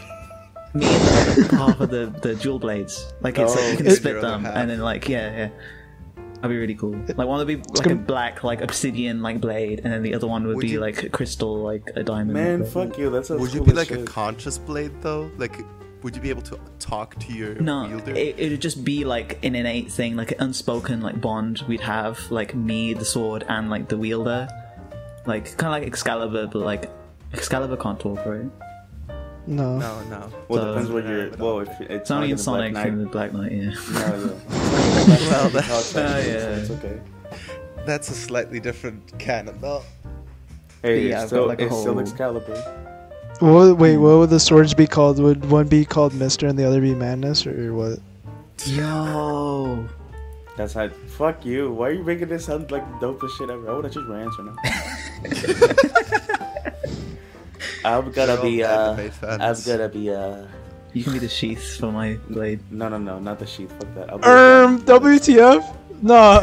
S2: Me and the other half of the the dual blades, like it's like you can
S1: It-
S2: split
S1: Your other
S2: them,
S1: half.
S2: and then like yeah, yeah. That'd be really cool. Like one would be like
S3: gonna-
S2: a black, like obsidian, like blade, and then the other one would,
S1: Would
S2: be
S1: you-
S2: like a crystal, like a diamond.
S4: Man,
S2: blade.
S4: fuck you. That's sounds
S1: Would you
S4: cool
S1: be
S4: as
S1: like a
S4: shit.
S1: conscious blade though? Like, would you be able to talk to your
S2: No,
S1: wielder?
S2: it, it would just be like an innate thing, like an unspoken like bond we'd have, like me, the sword, and like the wielder, like kind of like Excalibur, but like Excalibur can't talk, right?
S3: No.
S1: No, no.
S4: Well,
S2: So-
S4: depends what you're. Well, if it's
S2: It's only in Sonic
S4: Black
S2: and the
S4: Knight.
S2: Black Knight, yeah. Oh,
S4: No,
S1: well,
S4: yeah. [laughs]
S1: that,
S4: It's
S2: yeah.
S4: okay.
S1: that's a slightly different canon, though.
S2: Yeah,
S4: Hey, it's
S2: I've
S4: still,
S2: got like a
S4: it's still
S2: whole-
S4: Excalibur.
S3: What would- wait, what would the swords be called? Would one be called Mister and the other be Madness, or what?
S2: Yo.
S4: That's how. Fuck you. Why are you making this sound like the dopest shit ever? I would have just my answer now. [laughs] I'm gonna
S1: You're
S4: be.
S1: all bad
S4: uh
S1: debate
S4: I'm
S1: fans.
S4: gonna be. uh
S2: You can be the sheath for my blade.
S4: No, no, no, not the sheath. Fuck that. I'll be a-
S3: Um, WTF? Nah.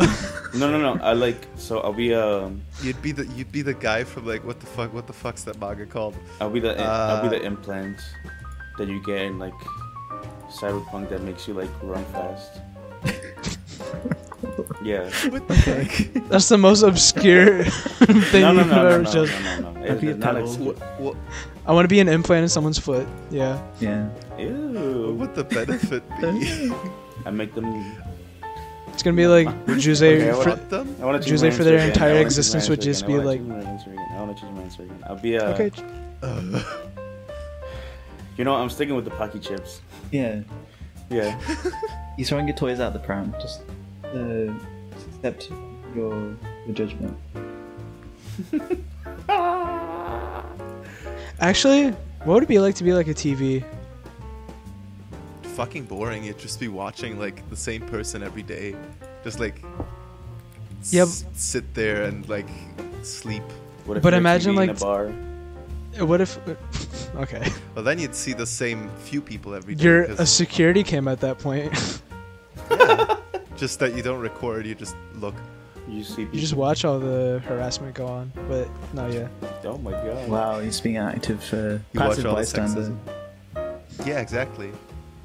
S4: No, no, no. I like. So I'll be. Um.
S1: You'd be the you'd be the guy from like what the fuck what the fuck's that manga called?
S4: I'll be the I'll
S1: Uh,
S4: be the implant that you get in like cyberpunk that makes you like run fast. yeah.
S1: What the fuck?
S3: [laughs] That's the most obscure [laughs] thing
S4: [laughs] No, no, no,
S3: you've ever
S4: no, no, no,
S3: just.
S4: no, no.
S2: I'll be a
S4: It's not
S2: pebble.
S4: exclu-
S1: what,
S3: I want to be an implant in someone's foot. Yeah.
S2: Yeah.
S1: what
S4: Ew.
S1: would the benefit
S2: [laughs]
S1: be? [laughs]
S4: I make them.
S3: It's gonna be
S4: [laughs]
S3: like Juze.
S4: Okay, I
S3: fr-
S4: wanna-
S1: Want them?
S4: I want to
S3: Jose, for their entire existence would just be, like-
S4: I want to change my answer again. I'll be a.
S3: okay.
S4: You know, I'm sticking with the Pocky chips.
S2: Yeah.
S4: Yeah.
S2: You're throwing your toys out the pram. Just uh, accept your, your judgment.
S3: Actually, what would it be like to be like a TV?
S1: Fucking boring. It'd just be watching like the same person every day, just like s-
S3: Yeah,
S1: sit there and like sleep.
S4: What if
S3: But
S4: you're a
S3: imagine,
S4: TV in
S3: like,
S4: a bar.
S3: Uh, What if? [laughs]
S4: [laughs]
S3: Okay.
S1: Well, then you'd see the same few people every day,
S3: You're
S1: 'cause
S3: a security cam at that point. [laughs]
S1: just that you don't record. You just look.
S4: You see.
S3: you just
S4: people-
S3: watch all the harassment go on. But no, yeah.
S4: Oh my god.
S2: Wow, he's being an active, uh,
S1: You watch
S2: passive
S1: all the
S2: bystander.
S1: sexism. Yeah, exactly.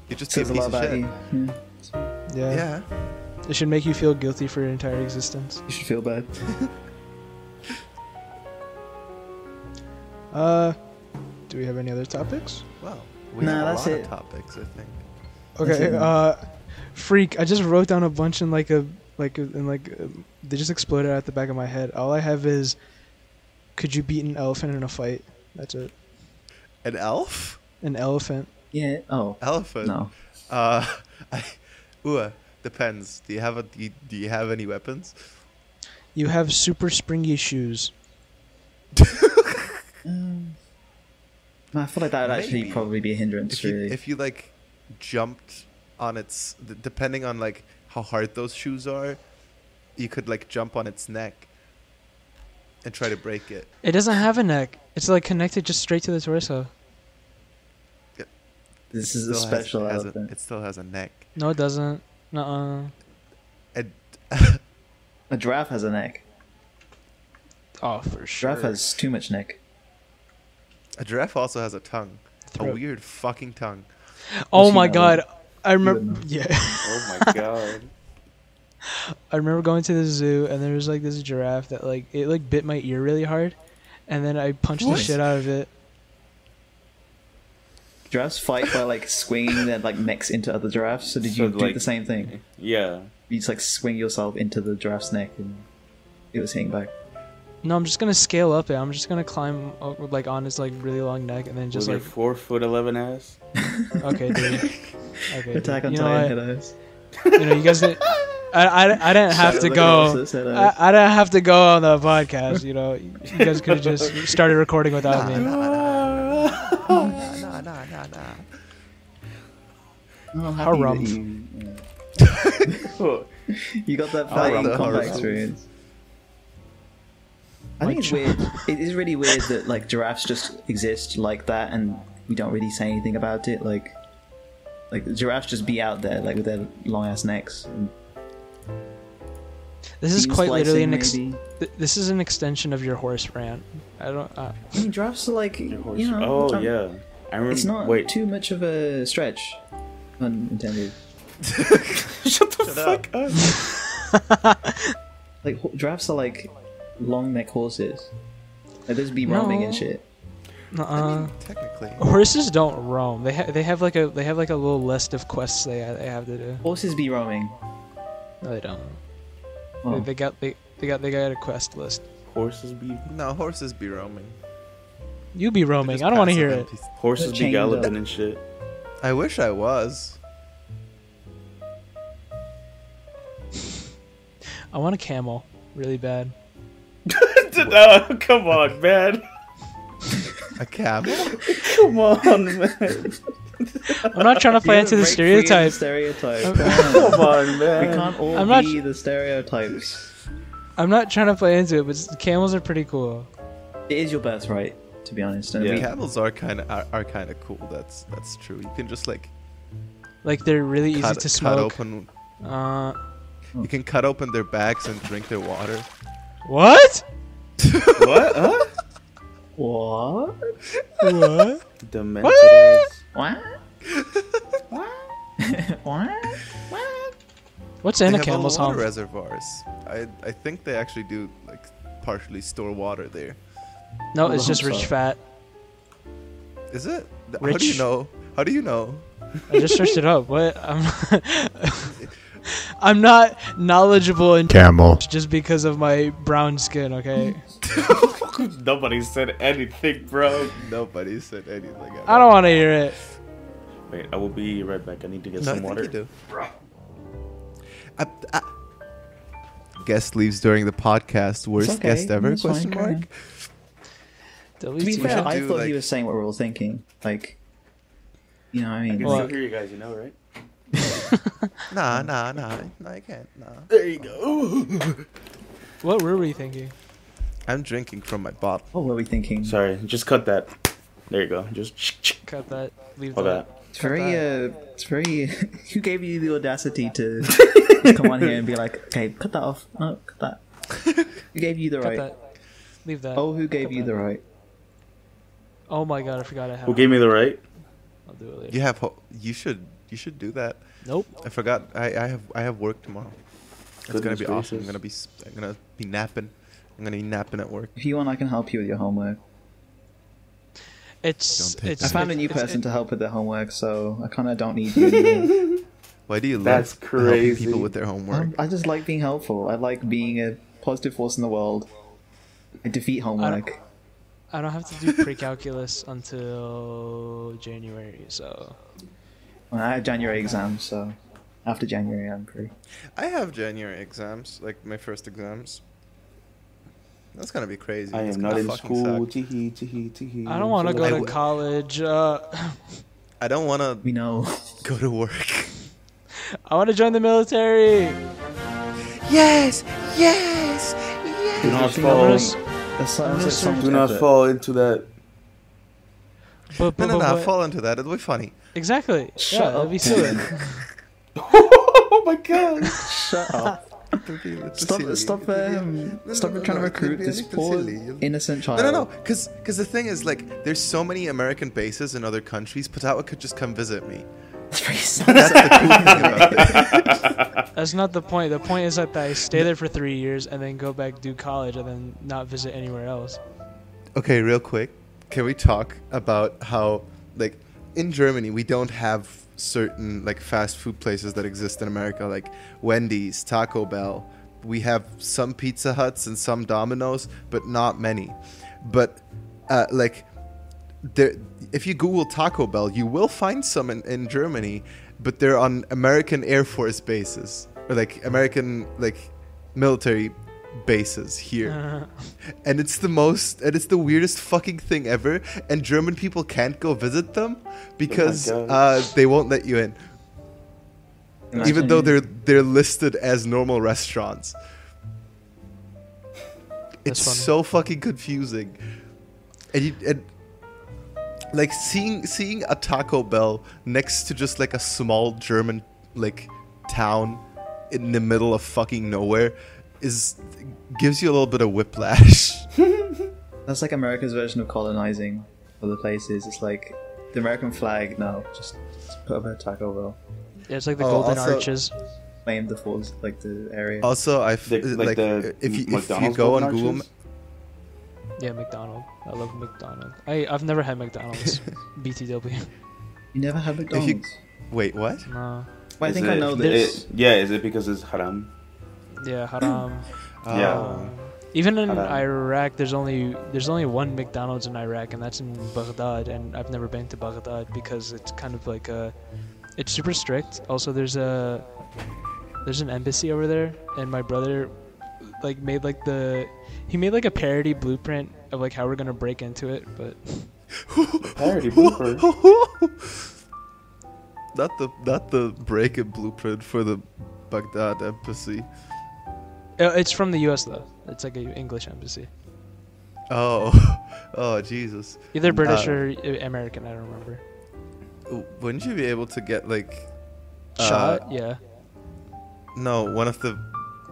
S1: You just be a
S2: Says a
S1: piece of
S2: lot about
S1: shit.
S2: you. Yeah.
S3: Yeah.
S1: Yeah.
S3: It should make you feel guilty for your entire existence.
S2: You should feel bad.
S3: Uh, do we have any other topics?
S1: Wow. We
S2: Nah,
S1: have a
S2: that's
S1: lot of
S2: it.
S1: topics, I think.
S3: Okay.
S2: it.
S3: Uh, freak. I just wrote down a bunch in like a like a- in like a, they just exploded out the back of my head. All I have is, could you beat an elephant in a fight? That's it.
S1: An elf?
S3: An elephant.
S2: Yeah. Oh.
S1: Elephant.
S2: No.
S1: Uh, [laughs] I, ooh, depends. Do you have a do you, do you have any weapons?
S3: You have super springy shoes.
S2: Um, I feel like that would actually
S1: Maybe.
S2: probably be a hindrance,
S1: If you,
S2: really.
S1: if you like jumped on its d- depending on like how hard those shoes are, you could like jump on its neck and try to break it.
S3: It doesn't have a neck. It's like connected just straight to the torso.
S2: this is a
S1: Still has-
S2: special
S1: has a-
S2: elephant.
S1: it still has a neck.
S3: No, it doesn't. Nuh-uh.
S2: A giraffe has a neck.
S3: Oh, for sure.
S2: Giraffe has too much neck.
S1: A giraffe also has a tongue. A
S3: Throat.
S1: weird fucking tongue.
S3: Oh
S2: You've
S3: my
S2: seen that
S3: god. I remember.
S2: wouldn't
S3: Yeah.
S4: Oh
S3: [laughs]
S4: my god.
S3: I remember going to the zoo and there was like this giraffe that like it like bit my ear really hard, and then I punched
S2: What?
S3: the shit out of it.
S2: Giraffes fight by like swinging their like necks into other giraffes. So did
S4: So,
S2: you do
S4: like-
S2: the same thing?
S4: Yeah.
S2: You just like swing yourself into the giraffe's neck and it was hitting back.
S3: No, I'm just gonna scale up it. I'm just gonna climb up, like on its like really long neck and then just
S4: With your
S3: like
S4: four foot eleven ass.
S2: [laughs]
S3: okay, dude. Okay.
S2: Attack on
S3: you know
S2: Titan
S3: what?
S2: head-eyes.
S3: [laughs] You know, you guys. Didn't, I, I, I didn't have
S2: Shadow the
S3: to go.
S2: Colossus head-eyes.
S3: I, I didn't have to go on the podcast. You know, you guys could
S2: [laughs]
S3: have just started recording without me.
S1: Nah, nah, nah, nah, nah.
S2: Oh, I'm
S3: How
S2: happy that
S3: rump.
S2: you, yeah.
S4: Oh,
S2: [laughs] You got that
S1: I'll
S2: fighting
S1: run the
S2: combat
S1: horror.
S2: experience. I
S3: Like
S2: think it's weird. It is really weird that like giraffes just exist like that, and we don't really say anything about it. Like, like giraffes just be out there, like with their long ass necks. and
S3: This is
S2: beam
S3: quite literally
S2: splicing,
S3: an ex-
S2: maybe.
S3: th- this is an extension of your horse rant. I don't. Uh,
S2: I mean, giraffes are like you know.
S4: oh
S2: I'm-
S4: yeah. I remember.
S2: It's not
S4: Wait.
S2: too much of a stretch, pun intended.
S4: Shut the fuck up.
S2: [laughs] Like ho- giraffes are like long neck horses. Like those be roaming and
S3: No.
S2: shit.
S1: I
S3: uh,
S1: mean, technically.
S3: horses don't roam. They ha- they have like a they have like a little list of quests they they have to do.
S2: Horses be roaming.
S3: No, they don't.
S2: Oh.
S3: They, they got they, they got they got a quest list.
S4: Horses be.
S1: No, horses be roaming.
S3: You be roaming. I don't want to hear it.
S4: Horses
S2: It
S4: be
S2: changed up.
S4: galloping and
S2: [laughs]
S4: shit.
S1: I wish I was.
S3: I want a camel really bad.
S1: [laughs]
S4: no, come on, man.
S1: A
S4: [laughs]
S1: camel?
S2: [laughs]
S4: Come on, man.
S3: I'm not trying to play into the stereotype.
S2: Stereotype.
S4: Come on,
S2: we
S4: man.
S2: can't all
S3: I'm not
S2: be
S3: sh-
S2: the stereotypes.
S3: I'm not trying to play into it, but s- camels are pretty cool.
S2: It is your birthright, to be honest. And
S4: Yeah.
S2: we-
S1: Camels are kind of are, are kind of cool. That's that's true. You can just like
S3: Like they're really easy
S1: cut,
S3: to
S1: cut
S3: smoke.
S1: open.
S3: Uh,
S1: You can cut open their backs and drink their water.
S3: what?
S4: [laughs] What? Huh?
S2: [laughs] What?
S3: What?
S4: Demented
S3: What?
S4: ass.
S2: What? what? what? [laughs]
S3: What's in
S1: they
S3: a
S1: have
S3: camel's
S1: all water
S3: hump?
S1: reservoirs. I I think they actually do like partially store water there.
S3: No,
S2: Well,
S3: it's
S2: the
S3: just
S2: hump's
S3: rich
S2: up.
S3: fat.
S1: Is it? Th- How do you
S3: Rich.
S1: know? How do you know?
S3: I just searched it up. What? I'm, [laughs] I'm not knowledgeable in
S5: Camel.
S3: just because of my brown skin.
S2: Hmm.
S3: Okay.
S4: Nobody said anything, bro.
S1: Nobody said anything. about
S3: I don't want to hear it.
S4: Wait, I will be right back. I need to get
S1: No, I
S4: some
S1: think
S4: water.
S1: you do. I, I, guest leaves during the podcast. Worst
S2: okay.
S1: guest ever?
S2: It's fine,
S1: question
S2: go
S1: mark.
S2: ahead. To be
S3: WTF.
S2: fair,
S1: should
S2: I
S1: do,
S2: thought
S1: like-
S2: he was saying what we were all thinking. Like, you know what I mean?
S4: I can
S3: Well-
S4: still hear you guys, you know, right?
S1: Nah, nah, nah. No, I can't. Nah.
S4: There you go.
S3: What were we thinking?
S1: I'm drinking from my bottle.
S2: what were we thinking?
S4: Sorry, just cut that. There you go. Just
S3: Cut that. Leave
S4: all that.
S3: that.
S2: It's very, uh, it's very. [laughs] who gave you the audacity to
S3: [laughs]
S2: come on here and be like, okay, cut that off? No, cut that.
S3: [laughs]
S2: Who gave you the
S3: Cut
S2: right?
S3: that. Leave that.
S2: Oh, who gave you the right?
S3: Oh my god, I forgot I had.
S4: Who
S3: it.
S4: gave me the right?
S3: I'll do it later.
S1: You have. Ho- you should. You should do that.
S3: Nope.
S1: I forgot. I, I have. I have work tomorrow. It's gonna
S4: Goodness
S1: be awesome. I'm
S4: gracious.
S1: gonna be. s- I'm gonna be napping. I'm gonna be napping at work.
S2: If you want, I can help you with your homework.
S3: It's.
S1: Don't take
S3: it's
S2: I found a
S3: it's-
S2: new
S3: it's-
S2: person to help with their homework, so I kind of don't need
S3: [laughs]
S2: you. anymore.
S1: Why do you love
S4: That's
S1: helping
S4: crazy.
S1: people with their homework?
S2: Um, I just like being helpful. I like being a positive force in the world. I defeat homework.
S3: I don't have to do pre-calculus [laughs] until January, so
S2: Well, I have January exams, so after January I'm free.
S1: I have January exams, like my first exams. That's gonna be crazy.
S4: I
S1: It's
S4: am
S1: gonna
S4: not in
S1: fucking
S4: school.
S1: suck.
S4: Tee-hee, tee-hee, tee-hee.
S3: I don't want to
S4: So
S3: go
S4: like-
S3: to college. Uh, [laughs]
S1: I don't wanna
S2: We know.
S1: [laughs] go to work.
S3: I want to join the military.
S1: Yes, yes, yes.
S4: Do not
S2: Thing
S4: fall.
S2: about
S3: Yes.
S2: it, there's so- there's so much
S4: Do not
S2: effort.
S4: fall into that.
S3: But,
S1: No,
S3: but,
S1: no,
S3: but-
S1: no.
S3: but-
S1: Fall into that. It'll be funny.
S3: Exactly. yeah,
S2: Shut
S3: that'd
S2: up.
S3: be silly.
S4: oh my god.
S2: Shut
S4: Oh.
S2: up!
S1: It'll be a little
S2: Stop!
S1: silly.
S2: Stop!
S1: It'll be a-
S2: Um,
S1: No, no,
S2: stop
S1: no,
S2: trying
S1: no,
S2: to
S1: it'll
S2: recruit
S1: be a
S2: this
S1: little
S2: poor
S1: silly. You'll-
S2: innocent child.
S1: No, no, no. Because the thing is, like, there's so many American bases in other countries. Patawa could just come visit
S2: [laughs]
S1: me.
S2: It's very
S1: That's the
S2: sad.
S1: cool thing about it.
S3: That's not the point. The point is that I stay there for three years and then go back, do college, and then not visit anywhere else.
S1: Okay, real quick. Can we talk about how, like, in Germany, we don't have certain, like, fast food places that exist in America, like Wendy's, Taco Bell. We have some Pizza Huts and some Domino's, but not many. But, uh, like, there, if you Google Taco Bell, you will find some in, in Germany, but they're on American Air Force bases or like American like military bases here. and it's the most and it's the weirdest fucking thing ever and German people can't go visit them because
S4: God.
S1: uh, they won't let you in even though they're they're listed as normal restaurants. It's
S3: funny.
S1: so fucking confusing, and you and like seeing seeing a Taco Bell next to just like a small German like town in the middle of fucking nowhere is gives you a little bit of whiplash. [laughs]
S2: That's like America's version of colonizing other places. It's like the American flag. No, just, just put up a Taco Bell.
S3: Yeah, it's like the
S1: Oh,
S3: Golden
S1: also-
S3: Arches.
S2: Claim the force, like the area.
S1: Also, I f-
S4: The- like
S1: like,
S4: the
S1: if you, if you
S4: McDonald's
S1: go
S4: golden
S1: on Google,
S4: arches?
S3: Yeah, McDonald. I love McDonald. I I've never
S1: [laughs]
S3: had McDonald's. BTW.
S2: you never had McDonald's.
S1: Ma- wait, what?
S3: No.
S2: Well, I
S4: Is
S2: think
S4: it,
S2: I know
S4: it-
S2: this.
S4: yeah, is it because it's haram?
S3: Yeah, haram.
S1: Oh.
S4: Yeah.
S3: Um, Even in
S4: I don't know.
S3: Iraq, there's only there's only one McDonald's in Iraq, and that's in Baghdad. And I've never been to Baghdad because it's kind of like a, it's super strict. Also, there's a, there's an embassy over there, and my brother, like made like the, he made like a parody blueprint of like how we're gonna break into it. But
S4: Parody blooper.
S1: [laughs] not the not the break and blueprint for the Baghdad embassy.
S3: Uh, it's from the U.S. though. It's like an English embassy,
S1: Oh, [laughs] oh Jesus!
S3: either British
S1: Uh,
S3: or uh, American. I don't remember.
S1: Wouldn't you be able to get like Uh,
S3: Shot. Yeah.
S1: no one of the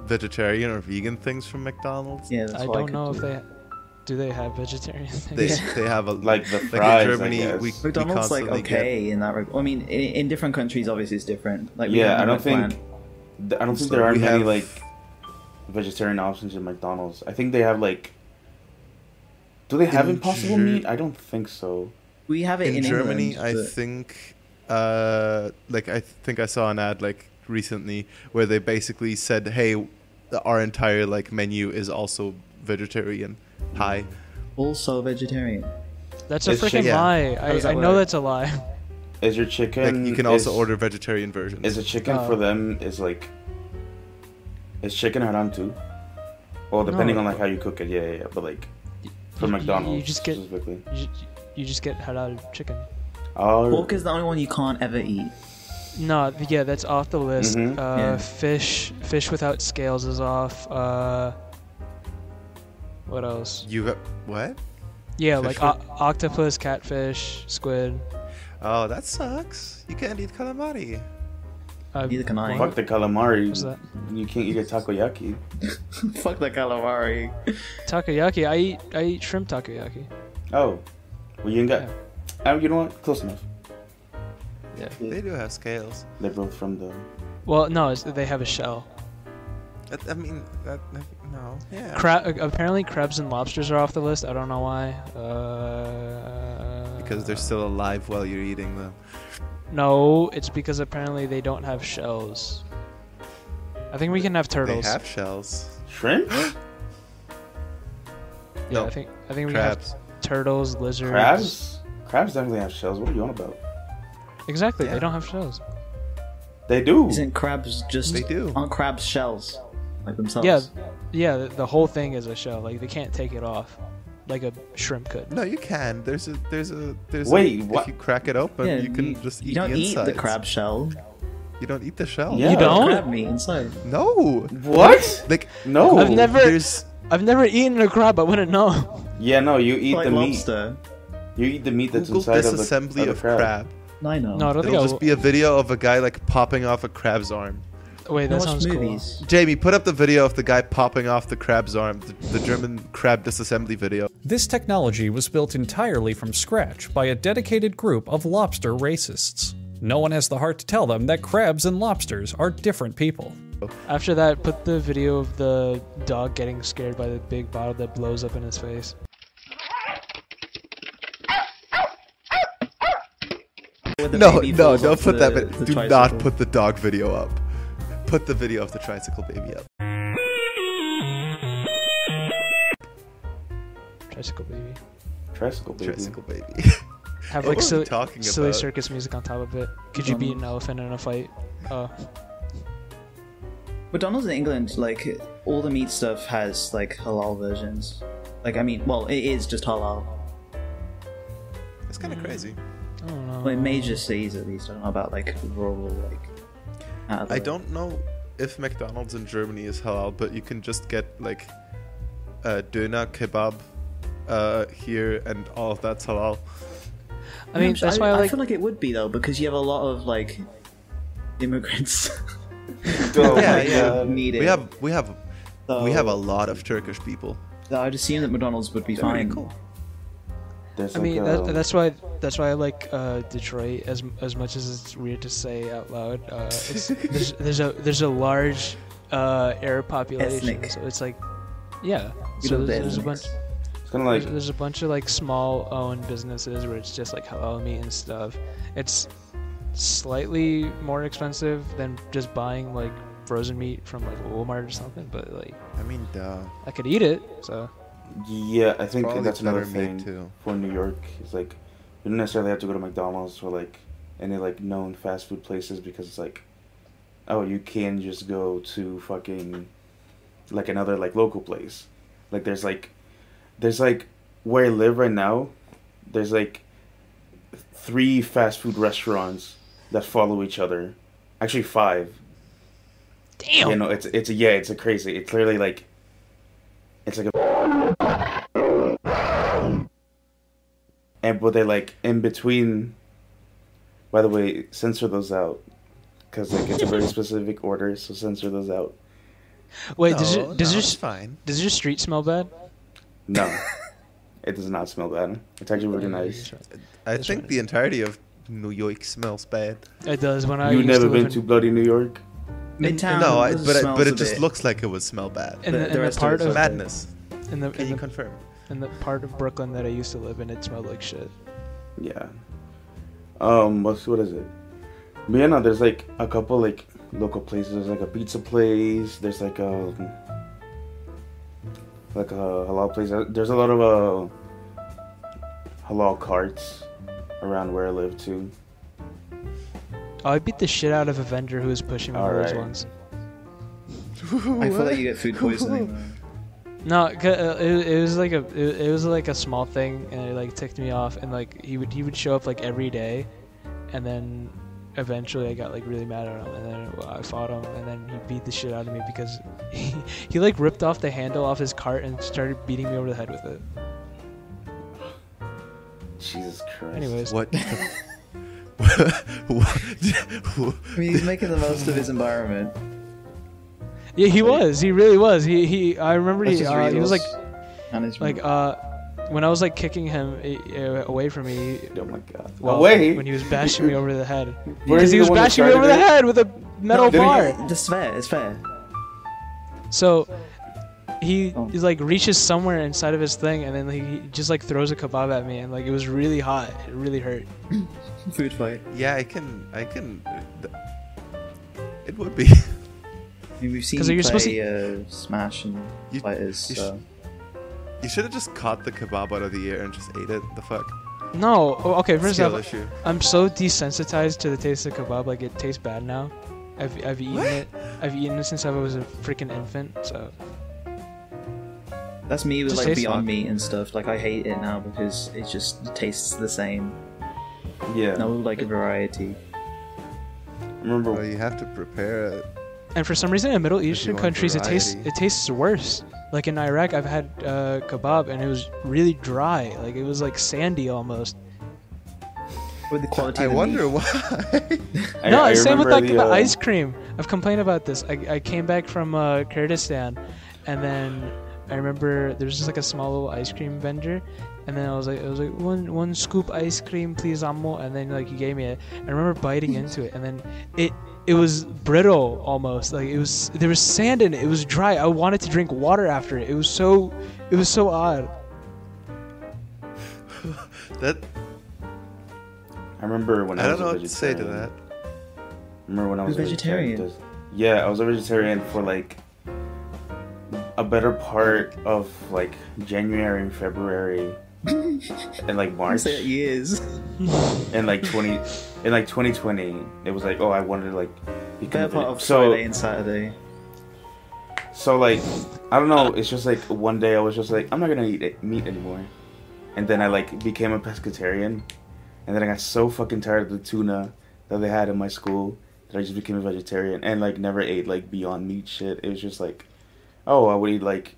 S1: vegetarian or vegan things from McDonald's?
S2: Yeah, that's
S3: I
S2: what
S3: don't
S2: could
S3: know if
S2: do.
S3: they do they have vegetarian things.
S1: They they have a
S4: Like the
S1: like
S4: fries, I
S1: in Germany
S4: guess.
S1: we, we
S2: McDonald's like
S1: constantly get-
S2: okay in that regard. I mean, in, in different countries, obviously, it's different. Like we have
S4: yeah,
S2: the
S4: I don't think.
S2: McPlant.
S4: th- I don't think
S1: So
S4: there are
S1: we
S4: many
S1: have-
S4: like vegetarian options in McDonald's. I think they have like. Do they have
S1: In
S4: Impossible
S1: Ger-
S4: Meat? I don't think so.
S2: we have it in,
S1: in, Germany,
S2: England,
S1: I
S2: but-
S1: think, uh, like I think I saw an ad like recently where they basically said, "Hey, our entire like menu is also vegetarian." Hi.
S2: also vegetarian.
S3: That's a
S4: It's
S3: freaking
S1: chicken.
S3: lie.
S2: How does
S3: I,
S2: that
S3: I know
S2: work?
S3: that's a lie. [laughs]
S4: Is your chicken?
S1: Like you can also
S4: is-
S1: order vegetarian versions.
S4: Is a chicken
S3: Oh.
S4: for them? Is like. Is chicken haram too? Well, depending
S3: No.
S4: on like how you cook it, yeah, yeah. yeah. But like
S3: You-
S4: for
S3: you-
S4: McDonald's,
S3: you just get-
S4: specifically.
S3: You, you just get halal chicken.
S4: Oh,
S2: Pork is the only one you can't ever eat.
S3: No, yeah, that's off the list.
S4: Mhm.
S3: Uh,
S2: Yeah.
S3: Fish, fish without scales is off. Uh, what else?
S1: you got what?
S3: Yeah,
S1: Fish
S3: like o- octopus, catfish, squid.
S1: Oh, that sucks. You can't eat calamari.
S3: Uh,
S2: Neither can I.
S4: fuck the calamari.
S3: What's that?
S4: You can't eat a takoyaki.
S2: [laughs] Fuck the calamari.
S3: Takoyaki. I eat. I eat shrimp takoyaki.
S4: Oh, well, you ain't got. Oh, you know what? Close enough.
S1: They do have scales.
S4: They're both from the.
S3: Well, no, it's, they have a shell.
S1: I, I mean, that, that- no. Yeah.
S3: Crab. Apparently, crabs and lobsters are off the list. I don't know why. Uh,
S1: because they're still alive while you're eating them.
S3: No, it's because apparently they don't have shells. I think we can have turtles.
S1: They have shells.
S3: [gasps]
S4: Shrimp?
S3: yeah,
S1: no,
S3: I think I think we
S1: Crabs.
S3: can have turtles, lizards.
S4: Crabs? Crabs definitely have shells. What are you on about?
S3: Exactly,
S1: Yeah.
S3: they don't have shells.
S4: They do.
S2: Isn't crabs just?
S1: They do.
S2: Aren't crabs shells, like themselves?
S3: Yeah, yeah. The, the whole thing is a shell. Like they can't take it off, like a shrimp could.
S1: No, you can. There's a there's a there's
S4: Wait,
S1: a,
S4: what?
S1: if you crack it open, you can just eat
S2: You don't
S1: the
S2: eat
S1: insides.
S2: the crab shell.
S1: You don't eat the shell.
S4: Yeah.
S3: You
S2: Oh.
S3: don't?
S2: Crab meat inside.
S1: No.
S4: What?
S1: Like
S4: No.
S3: I've never-
S1: there's
S3: I've never eaten a crab. I wouldn't know.
S4: Yeah, no. You eat
S2: like
S4: the
S2: lobster.
S4: meat. You eat the meat that's
S1: Google
S4: inside of the,
S1: disassembly
S4: the
S1: of crab.
S2: I know.
S3: No, I don't think
S1: It'll
S3: I
S1: just be a video of a guy like popping off a crab's arm.
S3: will. Wait,
S2: I
S3: that
S2: watch
S3: sounds
S2: movies.
S1: Jamie, put up the video of the guy popping off the crab's arm, the, the German crab disassembly video.
S6: This technology was built entirely from scratch by a dedicated group of lobster racists. No one has the heart to tell them that crabs and lobsters are different people.
S3: cool. After that, put the video of the dog getting scared by the big bottle that blows up in his face.
S2: With the
S1: No,
S2: baby
S1: no,
S2: falls
S1: don't
S2: off
S1: put that.
S2: the-
S1: Vid-
S2: the
S1: do
S2: tricycle.
S1: not put the dog video up. Put the video of the tricycle baby up.
S3: Tricycle baby.
S4: Tricycle, baby.
S1: Tricycle baby. [laughs]
S3: Have
S1: What
S3: like
S1: were we
S3: silly,
S1: talking
S3: silly
S1: about?
S3: circus music on top of it. Could you beat an elephant in a fight? Oh,
S2: McDonald's in England, like all the meat stuff has like halal versions. Like I mean, well, it is just halal.
S1: That's kind of crazy.
S3: I don't know.
S2: Like major cities, at least. I don't know about like rural, like. out of the-
S1: I don't know if McDonald's in Germany is halal, but you can just get like uh, döner kebab uh, here, and all of that's halal.
S3: I mean,
S2: Actually,
S3: that's why I like.
S2: feel like it would be though, because you have a lot of like immigrants. [laughs]
S4: Oh
S1: Yeah,
S4: my
S1: yeah.
S4: God.
S2: Need
S1: We
S2: it.
S1: have we have we
S2: So-
S1: have a lot of Turkish people.
S2: I'd assume that McDonald's would be
S1: Pretty
S2: fine.
S1: cool.
S4: There's
S3: I
S4: like
S3: mean,
S4: um,
S3: that, that's why that's why I like uh, Detroit as as much as it's weird to say out loud. Uh, it's, there's, there's a there's a large uh, Arab population,
S2: Ethnic.
S3: so it's like, yeah.
S2: You
S3: So
S2: know, the
S3: there's, there's a bunch
S2: ethnics.
S4: It's kind of
S3: there's,
S4: like
S3: there's a bunch of like small owned businesses where it's just like halal meat and stuff. It's slightly more expensive than just buying like frozen meat from like Walmart or something, but like
S1: I mean, duh.
S3: I could eat it. So
S4: Yeah, I think
S1: Probably
S4: that's another
S1: better made,
S4: thing
S1: too.
S4: for New York. Is like you don't necessarily have to go to McDonald's or like any like known fast food places because it's like, oh, you can just go to fucking like another like local place. Like there's like there's like where I live right now. There's like three fast food restaurants that follow each other. Actually, five.
S3: damn.
S4: You know, it's it's yeah, it's a crazy. It's literally like, it's like a. And but they like in between. By the way, censor those out, because like it's a very specific order, so censor those out.
S3: Wait, does
S1: No,
S3: it does
S1: no,
S3: your
S1: it's
S3: s-
S1: fine.
S3: does your street smell bad?
S4: No, it does not smell bad. It's actually really nice.
S1: I
S3: That's
S1: think
S3: right.
S1: the entirety of New York smells bad.
S3: It does. When I
S4: You've
S3: used
S4: never
S3: to live
S4: been
S3: in,
S4: to bloody New York?
S2: Midtown.
S1: no, I,
S2: does
S1: but I,
S2: smell
S1: but
S2: a
S1: it just
S2: bit.
S1: looks like it would smell bad.
S2: the-
S3: in the,
S2: the
S3: in the
S2: rest of
S3: part
S2: it's
S3: of
S1: Madness.
S3: in the,
S1: Can
S3: in
S1: you
S3: the,
S1: confirm?
S3: in the part of Brooklyn that I used to live in, it smelled like shit.
S4: Yeah. Um, what's what is it? But yeah, no, there's like a couple like local places. There's like a pizza place. There's like a like a halal place. There's a lot of uh halal carts around where I live too.
S3: Oh, I beat the shit out of a vendor who was pushing one of those
S4: Alright.
S3: ones.
S2: I feel like you get food poisoning.
S1: [laughs]
S3: No, 'cause, uh, it, it was like a it, it was like a small thing, and it like ticked me off. And like he would he would show up like every day, and then eventually I got like really mad at him, and then I fought him, and then he beat the shit out of me because [laughs] he, he like ripped off the handle off his cart and started beating me over the head with it.
S4: Jesus Christ.
S3: Anyways, [laughs]
S1: What? [laughs] the-
S2: I mean, he's making the most of his
S3: [laughs]
S2: environment.
S3: yeah, he was he really was he he I remember
S2: That's
S3: he,
S2: just
S3: uh, he was like
S2: resource management.
S3: like uh when I was like kicking him uh, away from me.
S4: Oh my God.
S3: while-
S4: Away.
S3: when he was bashing me over the
S4: [laughs]
S3: head
S4: Were
S3: because
S4: you
S3: he was
S4: the one who
S3: bashing me
S4: started
S3: over the
S4: it?
S3: head with a metal
S4: didn't
S3: bar.
S4: he?
S2: That's fair. It's fair.
S3: So he
S2: Oh.
S3: he, like reaches somewhere inside of his thing, and then like, he just like throws a kebab at me, and like it was really hot. It really hurt.
S2: Food fight.
S1: yeah, I can. I can. uh, th- It would be. [laughs]
S2: I mean, we've seen
S3: 'Cause
S2: you
S3: you're
S2: play
S3: supposed
S2: uh, Smash and
S1: You-
S2: fighters.
S1: you sh-
S2: So.
S1: You should have just caught the kebab out of the air and just ate it. The fuck.
S3: No, oh, okay. First
S1: Skill
S3: off,
S1: issue.
S3: I'm so desensitized to the taste of kebab. Like it tastes bad now. I've I've eaten it. I've eaten it since I was a freaking infant. So
S2: That's me with
S3: Just
S2: like
S3: tastes
S2: Beyond
S3: like-
S2: Meat and stuff. Like I hate it now because it just tastes the same.
S4: Yeah.
S2: No like variety.
S4: I remember.
S1: Well, you have to prepare it.
S3: and for some reason in Middle Eastern
S1: want
S3: countries it tastes
S1: variety.
S3: it tastes worse. Like in Iraq, I've had uh, kebab and it was really dry. Like it was like sandy almost.
S2: With the quality.
S1: I
S2: of the
S1: wonder
S2: meat.
S1: why.
S4: I,
S3: No,
S4: I
S3: same with
S4: remember
S3: like
S4: the,
S3: the
S4: uh,
S3: ice cream. I've complained about this. I, I came back from uh, Kurdistan, and then I remember there was just like a small little ice cream vendor, and then I was like, I was like one one scoop ice cream, please, ammo. And then like he gave me it. I remember biting into it, and then it it was brittle almost. Like it was there was sand in it. It was dry. I wanted to drink water after it. It was so it was so odd.
S1: [laughs] that
S4: I remember when I,
S1: I
S4: was
S1: don't
S4: a
S1: know what to say to
S4: vegetarian.
S1: that.
S4: Remember when I was a
S2: vegetarian.
S4: vegetarian? does- Yeah, I was a vegetarian for like a better part of like January and February
S2: [laughs]
S4: and like
S2: I
S4: March
S2: say it
S4: [laughs]
S2: years.
S4: and like twenty in like twenty twenty. It was like oh I wanted to like become
S2: Better
S4: a
S2: part
S4: veg-
S2: of
S4: so
S2: Friday and Saturday.
S4: so like I don't know. It's just like one day I was just like I'm not gonna eat it- meat anymore, and then I like became a pescatarian, and then I got so fucking tired of the tuna that they had in my school that I just became a vegetarian and like never ate like Beyond Meat shit. It was just like, oh, I would eat like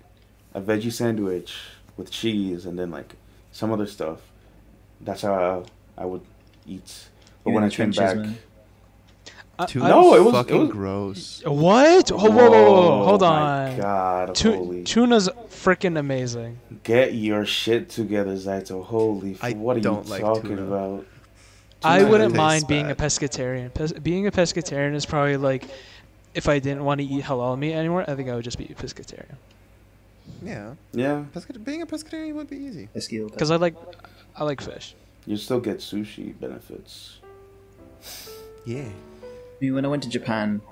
S4: a veggie sandwich with cheese and then like some other stuff. That's how I, I would eat. But
S2: You're
S4: when
S2: in
S4: I
S2: the
S4: came
S2: trenches,
S4: back,
S2: man.
S3: I-
S1: Too
S3: I-
S4: No, it was- it
S1: fucking
S4: was-
S1: gross.
S3: what? Oh, whoa, whoa, whoa, whoa, hold
S4: my
S3: on.
S4: God,
S3: Tu-
S4: holy.
S3: tuna's freaking amazing.
S4: Get your shit together, Zaito. Holy,
S1: I
S4: f- what are
S1: don't
S4: you
S1: like
S4: talking
S1: tuna.
S4: about?
S3: I
S1: Tuna
S3: wouldn't
S1: tastes
S3: mind being a
S1: bad.
S3: pescatarian. Pes- being a pescatarian is probably like if I didn't want to eat halal meat anymore, I think I would just be a pescatarian.
S1: Yeah,
S4: Yeah,
S1: Pesca- being a pescatarian would be easy.
S2: Let's get all that.
S3: Because I like I like fish.
S4: you still get sushi benefits.
S1: Yeah.
S2: I mean, when I went to Japan,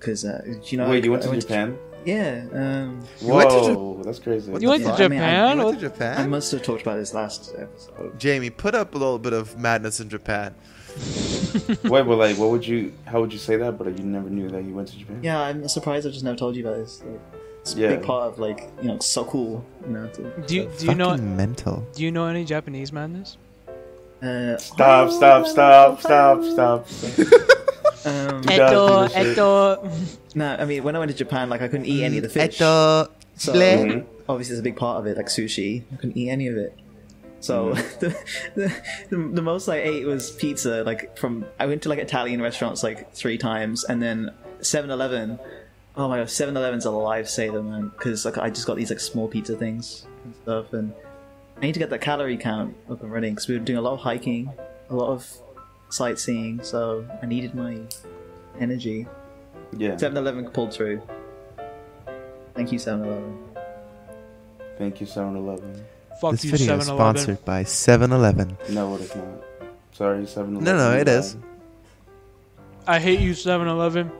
S2: 'cause because uh, do you know.
S4: Wait, you went
S2: I
S4: to Japan?
S1: [laughs]
S2: To, yeah, um,
S1: went to Ja-
S4: Whoa, that's crazy.
S1: What
S3: You went to
S2: Yeah, I mean, I-
S3: Japan?
S1: You went
S3: What-
S1: to
S2: I
S1: Japan?
S2: must have talked about this last episode.
S1: Jamie, put up a little bit of madness in Japan.
S4: Wait, but like, what would you? How would you say that? But like, you never knew that you went to Japan.
S2: Yeah, I'm surprised I just never told you about this. Like, it's a
S4: Yeah.
S2: big part of like you know, it's so cool. You know, to,
S3: Do you, do you know
S1: mental?
S3: do you know any Japanese madness?
S2: uh,
S4: Stop! Stop! Stop! Stop! Stop! stop.
S2: Um,
S4: You guys do this shit.
S3: Uh,
S2: no, I mean when I went to Japan, like I couldn't eat any of the
S1: Mm,
S2: fish.
S1: Eto,
S2: So
S1: Bleh.
S2: obviously, it's a big part of it, like sushi. I couldn't eat any of it. So [laughs] the, the, the most I ate was pizza. Like from I went to like Italian restaurants like three times, and then 7-Eleven. Oh my god, 7-Eleven's a lifesaver, man. Because like I just got these like small pizza things and stuff, and I need to get that calorie count up and running because we were doing a lot of hiking, a lot of sightseeing. So I needed my energy.
S4: Yeah.
S2: 7-Eleven pulled through. Thank you, 7-Eleven.
S4: Thank you, 7-Eleven.
S1: [laughs]
S3: Fuck
S1: This
S3: you,
S1: video
S3: 7
S1: is sponsored by 7-Eleven.
S4: No, it is not. Sorry, 7-Eleven.
S1: No, no, it is.
S3: I hate you, 7 Eleven.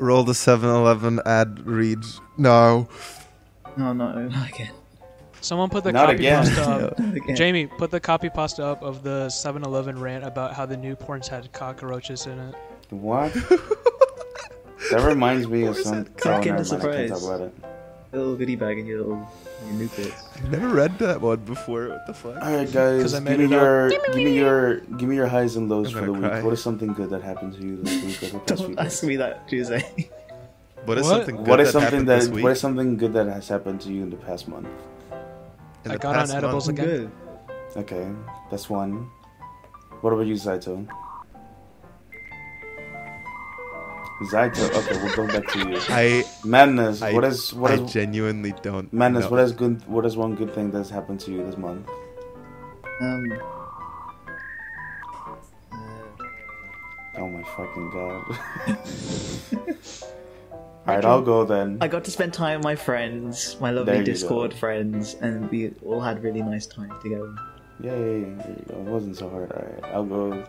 S1: Roll the 7-Eleven ad read. No.
S2: Oh, No, no, not again.
S3: Someone put the
S4: Not
S3: copy
S4: again.
S3: pasta
S1: [laughs]
S3: up.
S2: Again.
S3: Jamie, put the copy pasta up of the 7 Eleven rant about how the new porns had cockroaches in it.
S1: [laughs]
S4: What? that reminds me of
S1: Where's
S4: some.
S1: that
S4: Oh,
S2: cock in
S4: never
S2: the
S4: mind, I can't
S2: surprise?
S4: talk about it.
S2: little goodie bag in your little your new bits.
S1: I've never read that one before. What the fuck?
S4: All right,
S3: 'Cause I
S4: guys.
S3: made
S4: Give me
S3: it up.
S4: your, give me your, give me your highs and lows
S1: I'm
S4: for
S1: gonna
S4: the week.
S1: cry.
S4: What is something good that happened to you this week? or the past few
S2: Don't ask
S4: days?
S2: me that, [laughs] Tuesday.
S1: What is
S3: What?
S1: something good
S4: What is
S1: that
S4: something
S1: happened
S4: that?
S1: this week?
S4: What is something good that has happened to you in the past month?
S1: in
S3: I
S1: the
S3: got on
S1: past
S3: edibles
S1: month?
S3: again.
S2: Good.
S4: Okay, that's one. What about you, Zaito? Zaito. Okay, we'll go back to you.
S1: I,
S4: Madness.
S1: I,
S4: what is what
S1: I
S4: is
S1: genuinely don't
S4: madness?
S1: know.
S4: What is good? What is one good thing that's happened to you this month?
S2: Um,
S4: Oh my fucking god. Alright, I'll go then.
S2: I got to spend time with my friends, my
S4: There
S2: lovely
S4: you
S2: Discord
S4: go.
S2: friends, and we all had really nice time together.
S4: Yay, there you go. It wasn't so hard. Alright, I'll go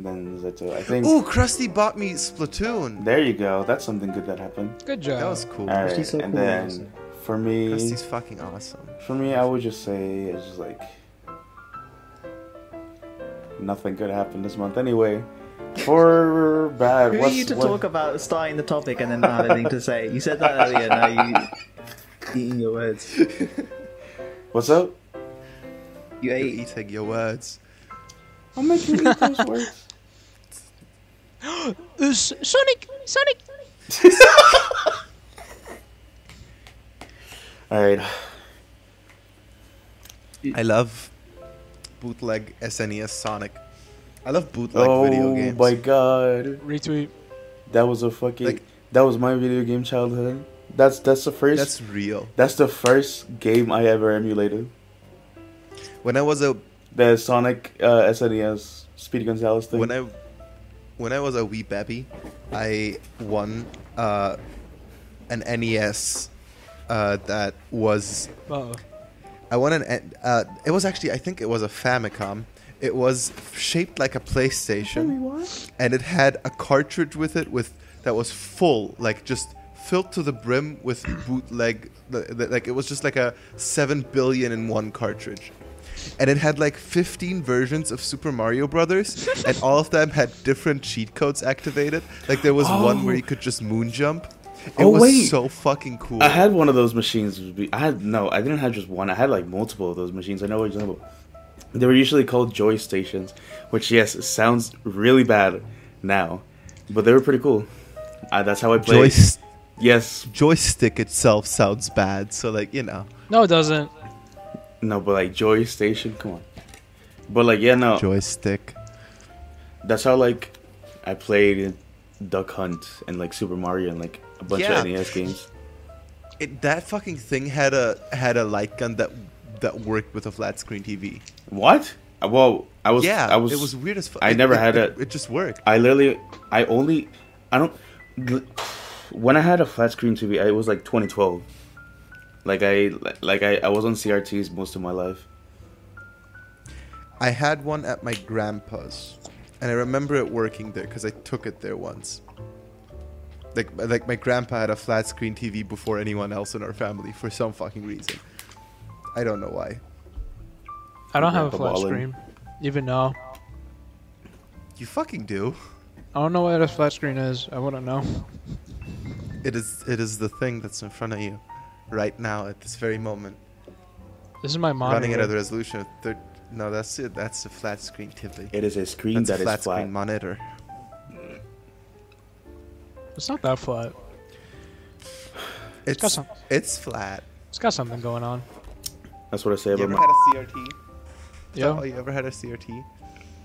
S4: then Zeto. I think
S1: Ooh, Krusty bought me Splatoon.
S4: there you go. That's something good that happened.
S3: Good job.
S1: That was cool.
S4: Alright,
S2: so
S4: and
S2: cool, honestly.
S4: then for me
S1: Krusty's fucking awesome.
S4: for me I would just say it's just like nothing good happened this month anyway.
S2: [laughs]
S4: For bad
S2: Who
S4: what's
S2: are you to
S4: what-
S2: talk about starting the topic and then not having anything to say? You said that earlier. Now you eating your words. [laughs]
S4: what's up?
S2: You
S1: You're
S4: [laughs]
S2: ate.
S1: eating your words.
S4: I'm making those words.
S3: Sonic! Sonic!
S4: Alright.
S1: I love bootleg SNES Sonic. I love bootleg video
S4: Oh
S1: games.
S4: my god.
S3: Retweet.
S4: That was a fucking.
S1: Like-
S4: that was my video game childhood. That's that's the first. That's,
S1: That's real.
S4: the first game I ever emulated.
S1: When I was a
S4: The Sonic uh, SNES Speedy Gonzalez thing.
S1: when I when I was a wee baby, I won uh, an NES uh, that was
S3: Uh-oh.
S1: I won an uh, it was actually I think it was a Famicom. It was shaped like a PlayStation, and it had a cartridge with it with that was full, like just filled to the brim with bootleg. li- li- Like it was just like a seven billion in one cartridge, and it had like fifteen versions of Super Mario Brothers,
S4: [laughs]
S1: and all of them had different cheat codes activated. Like there was one where you could just moon jump. It
S4: Oh,
S1: was
S4: wait.
S1: so fucking cool.
S4: I had one of those machines. I had no. I didn't have just one. I had like multiple of those machines. I know what you're talking about. They were usually called joy stations, which yes sounds really bad now, but they were pretty cool. Uh, that's how I played.
S1: Joyce
S4: Yes,
S1: joystick itself sounds bad, so like you know,
S3: No, it doesn't.
S4: no, but like joy station. Come on. But like yeah, no.
S1: joystick.
S4: That's how like I played Duck Hunt and like Super Mario and like a bunch
S1: Yeah.
S4: of NES games.
S1: It, that fucking thing had a had a light gun that that worked with a flat screen TV.
S4: What? Uh, Well, I was.
S1: Yeah,
S4: I was.
S1: it was weird as fuck.
S4: I
S1: It-
S4: never
S1: it-
S4: had
S1: it,
S4: a-
S1: It just worked.
S4: I literally. I only. I don't. When I had a flat screen TV, I- it was like 2012. Like I like I, I was on CRTs most of my life.
S1: I had one at my grandpa's, and I remember it working there because I took it there once. Like like my grandpa had a flat screen TV before anyone else in our family for some fucking reason. I don't know why.
S3: I don't have a
S4: Grandpa
S3: flat
S4: Ballin.
S3: screen. Even now,
S1: You fucking do.
S3: I don't know what a flat screen is. I wouldn't know. [laughs]
S1: It is it is the thing that's in front of you right now at this very moment.
S3: This is my monitor.
S1: Running it at a resolution of thir- No, that's it. That's a flat screen TV.
S4: It is a screen
S1: That's
S4: that
S1: a
S4: is
S1: flat
S4: flat.
S1: screen monitor.
S3: It's not that flat. got
S1: It's
S3: some-
S1: it's flat.
S3: It's got something going on.
S4: That's what I say
S1: You
S4: about
S1: ever
S4: my.
S1: had a CRT? Oh,
S3: Yeah.
S1: you ever had a CRT?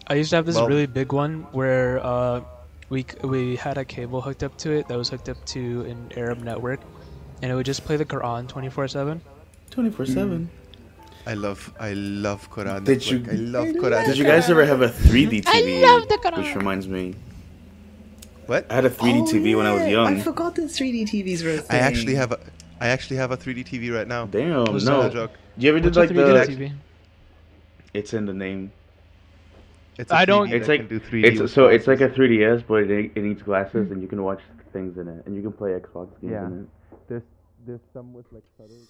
S3: I used to have this
S1: Well-
S3: really big one where uh, we c- we had a cable hooked up to it that was hooked up to an Arab network, and it would just play the Quran 24/7.
S4: 24 7.
S1: Mm. I love I love Quran.
S4: Did you-
S1: Network. I love Quran.
S4: Did you guys ever have a 3D
S7: I
S4: TV?
S7: love the Quran.
S4: Which reminds me,
S1: What?
S4: I had a 3D
S2: Oh,
S4: TV when I was
S2: yeah, I
S4: young.
S2: forgot that 3D TVs were a thing.
S1: I actually have a I actually have a 3D TV right now.
S4: Damn,
S3: Was
S1: No
S3: that
S4: no.
S3: a
S1: joke.
S4: You ever did
S3: What's a
S4: like
S3: 3D
S4: the?
S3: TV?
S4: It's in the name.
S1: It's
S3: I don't-
S1: TV
S4: It's
S1: that
S4: like
S1: can do 3D with
S4: it's so it's like
S1: glasses.
S4: a 3ds, but it, it needs glasses, and you can watch things in it, and you can play Xbox
S1: Hmm.
S4: games
S1: Yeah.
S4: in it.
S1: there's there's some with like subtle.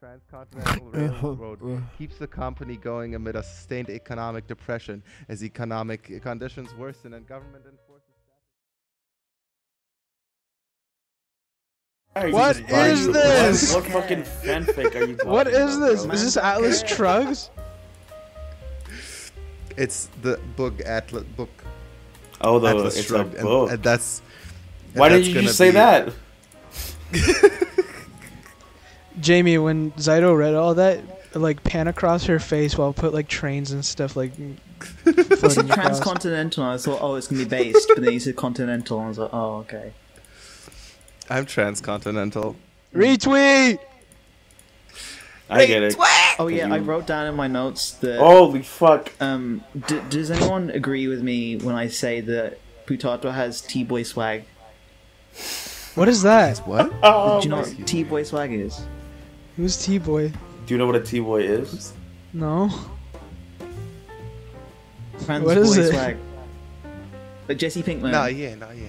S1: Transcontinental Railroad keeps the company going amid a sustained economic depression as economic conditions worsen and government enforces.
S3: What is this?
S4: What, fucking fanfic are you talking
S3: What is
S4: about,
S3: this?
S4: bro?
S3: Is this
S4: [laughs]
S3: Atlas Shrugs?
S1: It's the book atlas book
S4: Oh, the
S1: atlas
S4: it's
S1: shrugged,
S4: a
S1: and-
S4: book.
S1: And, that's and
S4: Why
S1: that's
S4: did you
S1: gonna
S4: just say
S1: be-
S4: that?
S3: Jamie, when Zaido read all that, it, like pan across her face while put like trains and stuff
S4: [laughs]
S3: like.
S2: It's
S3: floating across.
S2: transcontinental. and I thought, oh, it's gonna be based, but then you said continental, and I was like, oh, okay.
S1: I'm transcontinental.
S3: Retweet.
S4: I get it.
S2: Oh yeah, I
S4: you- Oh.
S2: wrote down in my notes that.
S4: Holy fuck!
S2: Um, d- does anyone agree with me when I say that Putato has T-boy swag?
S3: What is that?
S2: [laughs]
S1: What?
S3: Oh
S2: Do you know what T-boy swag is?
S3: Who's T boy?
S4: Do you know what a T-boy is?
S3: No.
S2: Trans
S3: What is
S2: boy
S3: it?
S2: swag. But Jesse Pinkman.
S1: Nah, yeah, nah, yeah.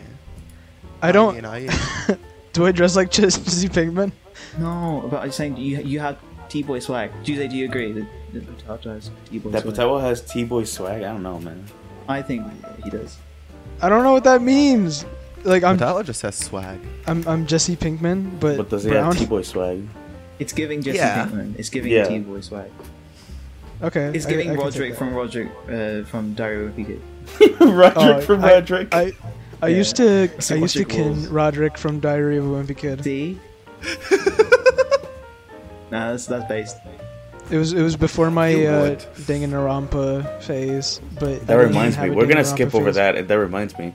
S3: I don't.
S1: Nah, yeah, [laughs] nah, yeah.
S3: Do I dress like [laughs] Jesse Pinkman?
S2: No, but I'm just saying you you have T-boy swag. Do they? Do you agree that, that Putato has T-boy
S4: That
S2: swag?
S4: Patel has T-boy swag. I don't know, man.
S2: I think he does.
S3: I don't know what that means. Like I'm,
S1: Adala just has swag.
S3: I'm, I'm Jesse Pinkman, but,
S4: But does he
S3: brown.
S4: have T-boy swag?
S2: It's giving Jesse
S1: Yeah.
S2: Pinkman. It's giving
S4: Yeah.
S2: T-boy swag.
S3: okay.
S2: It's
S3: I-
S2: giving
S3: I can
S2: Roderick
S3: take
S2: from Roderick uh, from Diary of a
S3: [laughs]
S2: Wimpy Kid.
S4: [laughs] Roderick
S3: Oh,
S4: from
S3: I-
S4: Roderick.
S3: that. I, I used to, I used to
S2: Roderick
S3: kin
S2: rules.
S3: Roderick from Diary of a Wimpy Kid.
S2: See? nah, that's that's based.
S3: It was, it was before my
S1: You
S3: uh,
S1: would.
S3: Danganronpa phase, but I
S4: That
S3: didn't
S4: reminds
S3: have
S4: me.
S3: a
S4: We're gonna
S3: Danganronpa
S4: skip over
S3: phase.
S4: that. and That reminds me.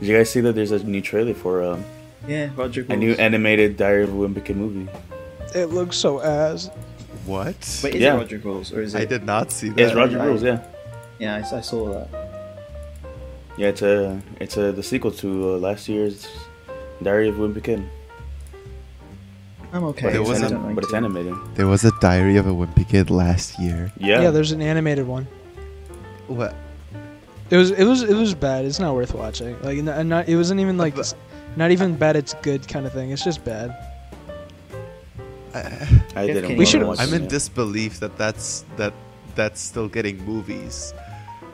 S4: Did you guys see that there's a new trailer for um,
S2: Yeah, Roderick.
S4: a new
S2: rules.
S4: animated Diary of a Wimpy Kid movie?
S3: It looks so ass.
S1: What?
S2: Wait, is
S4: Yeah.
S2: it Roger Rules or is it?
S1: I did not see that.
S4: Yeah, it's Roger
S2: right.
S4: Rules. Yeah,
S2: Yeah, I, s- I saw that.
S4: yeah. It's a it's a the sequel to uh, last year's Diary of a Wimpy Kid,
S2: I'm
S4: but,
S2: okay.
S1: There
S4: it's,
S1: was
S2: I
S1: a-
S2: don't
S4: anim-
S2: like
S4: but it's
S2: to-
S4: animated.
S1: There was a Diary of a Wimpy Kid last year.
S4: Yeah.
S3: yeah, there's an animated one.
S1: What?
S3: It was it was it was bad. It's not worth watching. Like n- and not it wasn't even like s- not even bad. It's good kind of thing. It's just bad.
S4: I didn't.
S2: We
S4: wanna
S3: should-
S4: watch
S1: I'm
S4: it,
S1: in
S4: yeah.
S1: disbelief that that's that that's still getting movies.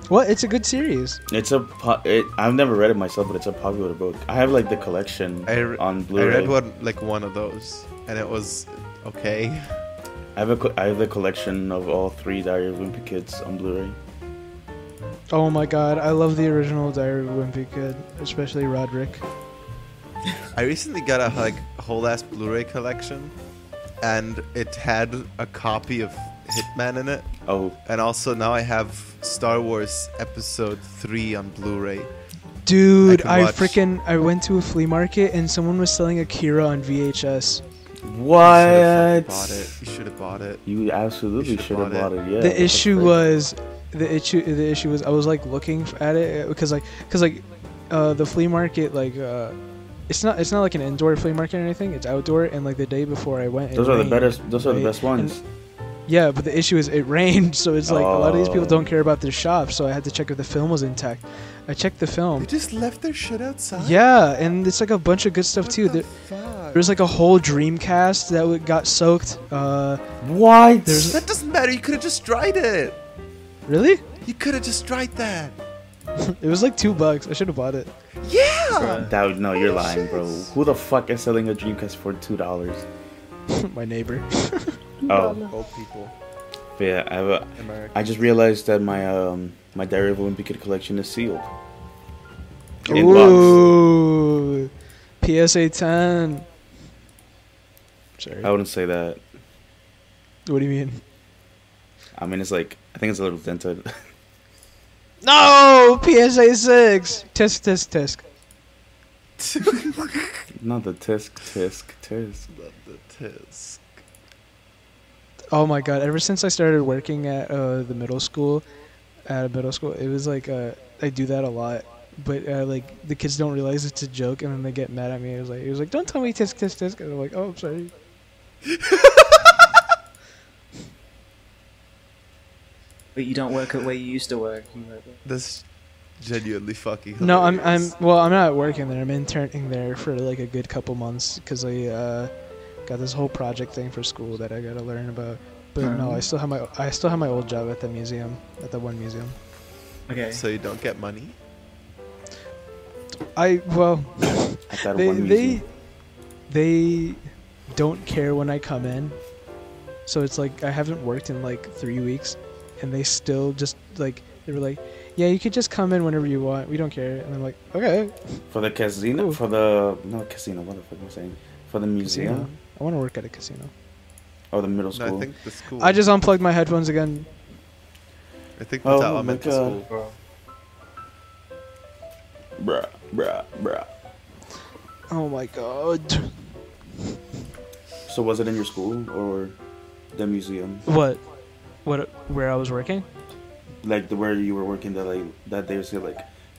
S3: What? It's a good series.
S4: It's a. Po- it, I've never read it myself, but it's a popular book. I have like the collection
S1: I, re-
S4: on
S1: I
S4: Blu-ray.
S1: read one like one of those, and it was okay.
S4: I have a co- I have the collection of all three Diary of a Wimpy Kids on Blu-ray.
S3: Oh my god, I love the original Diary of a Wimpy Kid, especially Roderick.
S1: I recently got a like whole ass Blu-ray collection, and it had a copy of Hitman in it,
S4: Oh,
S1: and also now I have Star Wars Episode Three on Blu-ray.
S3: Dude,
S1: can
S3: I,
S1: watch-
S3: freaking I went to a flea market and someone was selling Akira on VHS.
S1: Should've fucking Bought
S4: what?
S1: it. You should have bought it.
S4: You absolutely
S1: You should
S4: should have
S1: bought
S4: bought
S1: it.
S4: it. Yeah.
S3: the issue was the issue the issue was I was like looking f- at it because like because like uh, the flea market like uh, It's not. It's not like an indoor flea market or anything. It's outdoor, and like the day before I went, it
S4: Those are the
S3: rained.
S4: best. Those are the
S3: right?
S4: best ones.
S3: Yeah, but the issue is it rained, [laughs] so it's like a lot of these people
S4: Oh.
S3: don't care about their shop. So I had to check if the film was intact. I checked the
S1: They
S3: film.
S1: just left their shit outside.
S3: Yeah, and it's like a bunch of good stuff too. There,
S1: fuck?
S3: there was like a whole Dreamcast that w- got soaked. Uh,
S4: What?
S3: there's
S1: That doesn't matter. You could have just dried it.
S3: really?
S1: You could have just dried that.
S3: It was like two bucks. I should have bought it. [laughs]
S1: Yeah. [laughs]
S4: That, no, you're lying, bro.
S1: shits.
S4: Who the fuck is selling a Dreamcast for two dollars?
S3: My neighbor.
S4: Oh,
S1: Old people.
S4: but yeah, I have a,
S1: America.
S4: I just realized that my um my Diary of a Wimpy Kid collection is sealed. In box.
S3: Ooh, PSA ten. Sorry.
S4: I wouldn't say that.
S3: What do you mean?
S4: I mean, it's like I think it's a little dented. [laughs]
S3: No, PSA six. Tisk tisk tisk.
S4: Not the tisk tisk tisk.
S1: Love the tisk.
S3: Oh my god! Ever since I started working at uh, the middle school, at a middle school, it was like uh, I do that a lot. But uh, like the kids don't realize it's a joke, and then they get mad at me. It was like, it was like, don't tell me tisk tisk tisk. And I'm like, oh, I'm sorry.
S2: But you don't work at where you used to work. You work at-
S1: That's genuinely fucking.
S3: No, I'm I'm
S1: hilarious.
S3: well, I'm not working there. I'm interning there for like a good couple months because I uh, got this whole project thing for school that I gotta learn about. But no,
S2: Oh.
S3: I still have my I still have my old job at the museum at the one museum.
S2: Okay.
S1: So you don't get money.
S3: I well
S4: I thought
S3: they
S4: one
S3: they
S4: museum.
S3: they don't care when I come in, so it's like I haven't worked in like three weeks, and they still just like they were like, yeah, you could just come in whenever you want. We don't care. And I'm like, okay,
S4: for the casino
S3: Ooh.
S4: for the no casino. What the fuck am I saying? For the museum
S3: casino. I want to work at a casino.
S4: or the middle
S1: No,
S4: school.
S1: I think the school.
S3: I just unplugged my headphones again.
S1: I think
S4: Oh
S1: that's how I
S4: my
S1: meant the
S4: God.
S1: school.
S4: Bruh, bruh, bruh.
S3: Oh my god.
S4: So was it in your school or the museum?
S3: What? What? Where I was working?
S4: Like the where you were working that like that they would say like,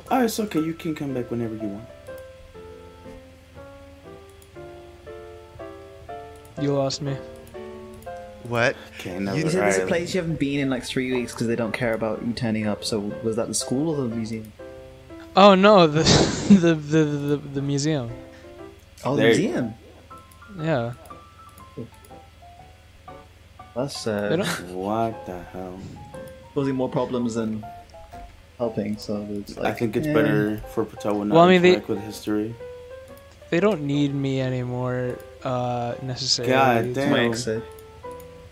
S4: oh it's okay, you can come back whenever you want.
S3: You lost me.
S1: What?
S4: Okay, never.
S2: You said there's a
S4: alright.
S2: place you haven't been in like three weeks because they don't care about you turning up. So was that the school or the museum?
S3: Oh no, [laughs] the the the the, the museum.
S2: Oh, the
S4: There-
S2: museum.
S3: Yeah.
S2: That's
S3: They
S2: uh,
S3: don't-
S4: What the hell?
S2: causing more problems than helping. So it's like,
S4: I think it's
S2: eh.
S4: better for Patel
S3: Well,
S4: not
S3: I
S4: well,
S3: mean, they-
S4: with history.
S3: They don't need me anymore uh necessarily.
S4: God damn.
S2: Makes it.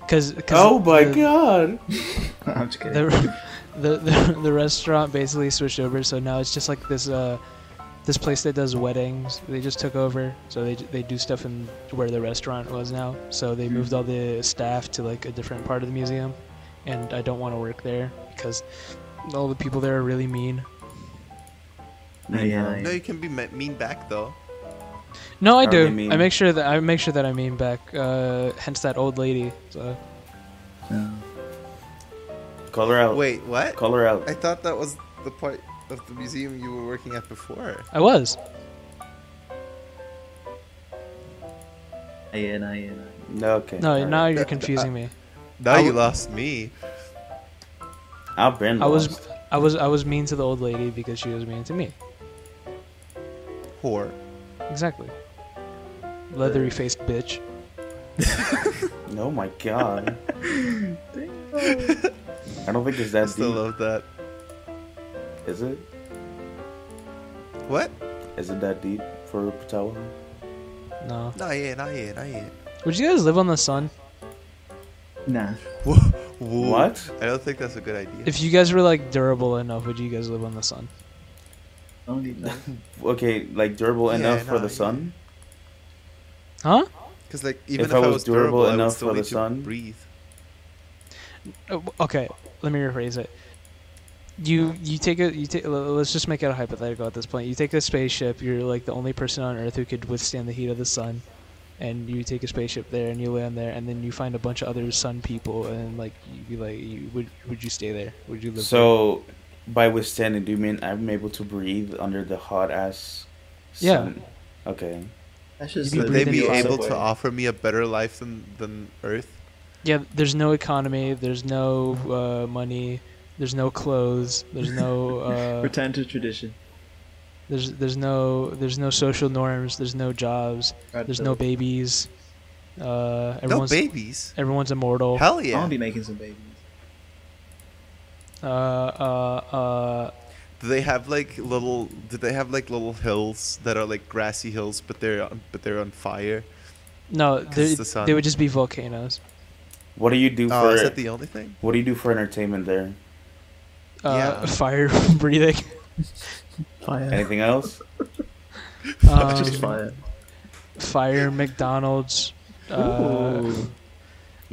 S3: Cuz
S4: Oh my
S3: the,
S4: god!
S2: [laughs] I'm just kidding.
S3: The, [laughs] the the the restaurant basically switched over so now it's just like this uh this place that does weddings, they just took over. So they they do stuff in where the restaurant was now. So
S4: Hmm.
S3: they moved all the staff to like a different part of the museum, and I don't want to work there because all the people there are really mean.
S2: Oh, yeah.
S1: No, you can be me- mean back though.
S3: No, I
S4: Are
S3: do.
S4: they mean?
S3: I make sure that I make sure that I mean back. Uh, hence that old lady. So
S2: Yeah.
S4: Call her out.
S1: Wait, what?
S4: Call her out.
S1: I thought that was the part of the museum you were working at before.
S3: I was.
S2: Oh, yeah, no, yeah, no.
S4: No, okay.
S3: No,
S4: alright.
S3: now you're confusing
S4: [laughs]
S3: me.
S1: Now
S3: I
S1: you
S3: w-
S1: lost me.
S4: I've been.
S3: I was,
S4: lost.
S3: I was, I was mean to the old lady because she was mean to me.
S1: Whore.
S3: Exactly. Leathery faced bitch.
S4: Oh my
S1: [laughs]
S4: god. I don't think it's
S1: I
S4: that
S1: still
S4: deep.
S1: love that.
S4: Is it?
S1: What?
S4: Is it that deep for Patel?
S3: No.
S1: Not yet, not yet, not yet.
S3: Would you guys live on the sun?
S2: Nah.
S1: Whoa, whoa.
S4: What?
S1: I don't think that's a good idea.
S3: If you guys were like durable enough, would you guys live on the sun?
S2: Only
S3: [laughs]
S2: no.
S4: Okay, like durable
S1: Yeah,
S4: enough for
S1: no,
S4: the
S1: yeah.
S4: sun.
S3: Huh?
S1: Because like even
S4: If
S1: if,
S4: I
S1: I
S4: was
S1: was durable,
S4: durable
S1: I would
S4: enough
S1: still
S4: for the
S1: need to
S4: sun.
S1: breathe.
S3: Oh, Okay, let me rephrase it. You you take a you take l- let's just make it a hypothetical at this point. You take a spaceship. You're like the only person on Earth who could withstand the heat of the sun, and you take a spaceship there and you land there, and then you find a bunch of other sun people, and like you be like, you, would would you stay there? Would you live?
S4: So, by withstanding, do you mean I'm able to breathe under the hot ass?
S3: Yeah.
S4: Sun? Okay.
S2: That's just
S3: You
S1: Would
S2: the-
S1: they
S3: breathe
S1: be
S3: into
S1: able to
S2: Subway.
S1: offer me a better life than than Earth?
S3: Yeah, there's no economy, there's no uh, money, there's no clothes, there's no
S1: [laughs]
S3: uh,
S2: return to tradition?
S3: there's there's no there's no social norms, there's no jobs,
S2: Red
S3: there's
S2: pill.
S3: no babies. Uh,
S1: No
S3: everyone's
S1: babies.
S3: everyone's immortal. Uh,
S1: Hell
S2: I want
S1: yeah.
S2: to be making some babies.
S3: uh, uh,
S1: Do they have like little? Do they have like little hills that are like grassy hills, but they're on, but they're on fire?
S3: no, they,
S1: the sun.
S3: they would just be volcanoes.
S4: What do you do
S1: Oh,
S4: for
S1: is that the only thing?
S4: What do you do for entertainment there?
S3: Uh,
S1: Yeah.
S3: [laughs] Fire
S1: [laughs]
S3: breathing.
S2: Fire.
S4: Anything else?
S3: Um,
S2: just fire.
S3: fire McDonald's. Uh,
S2: Ooh.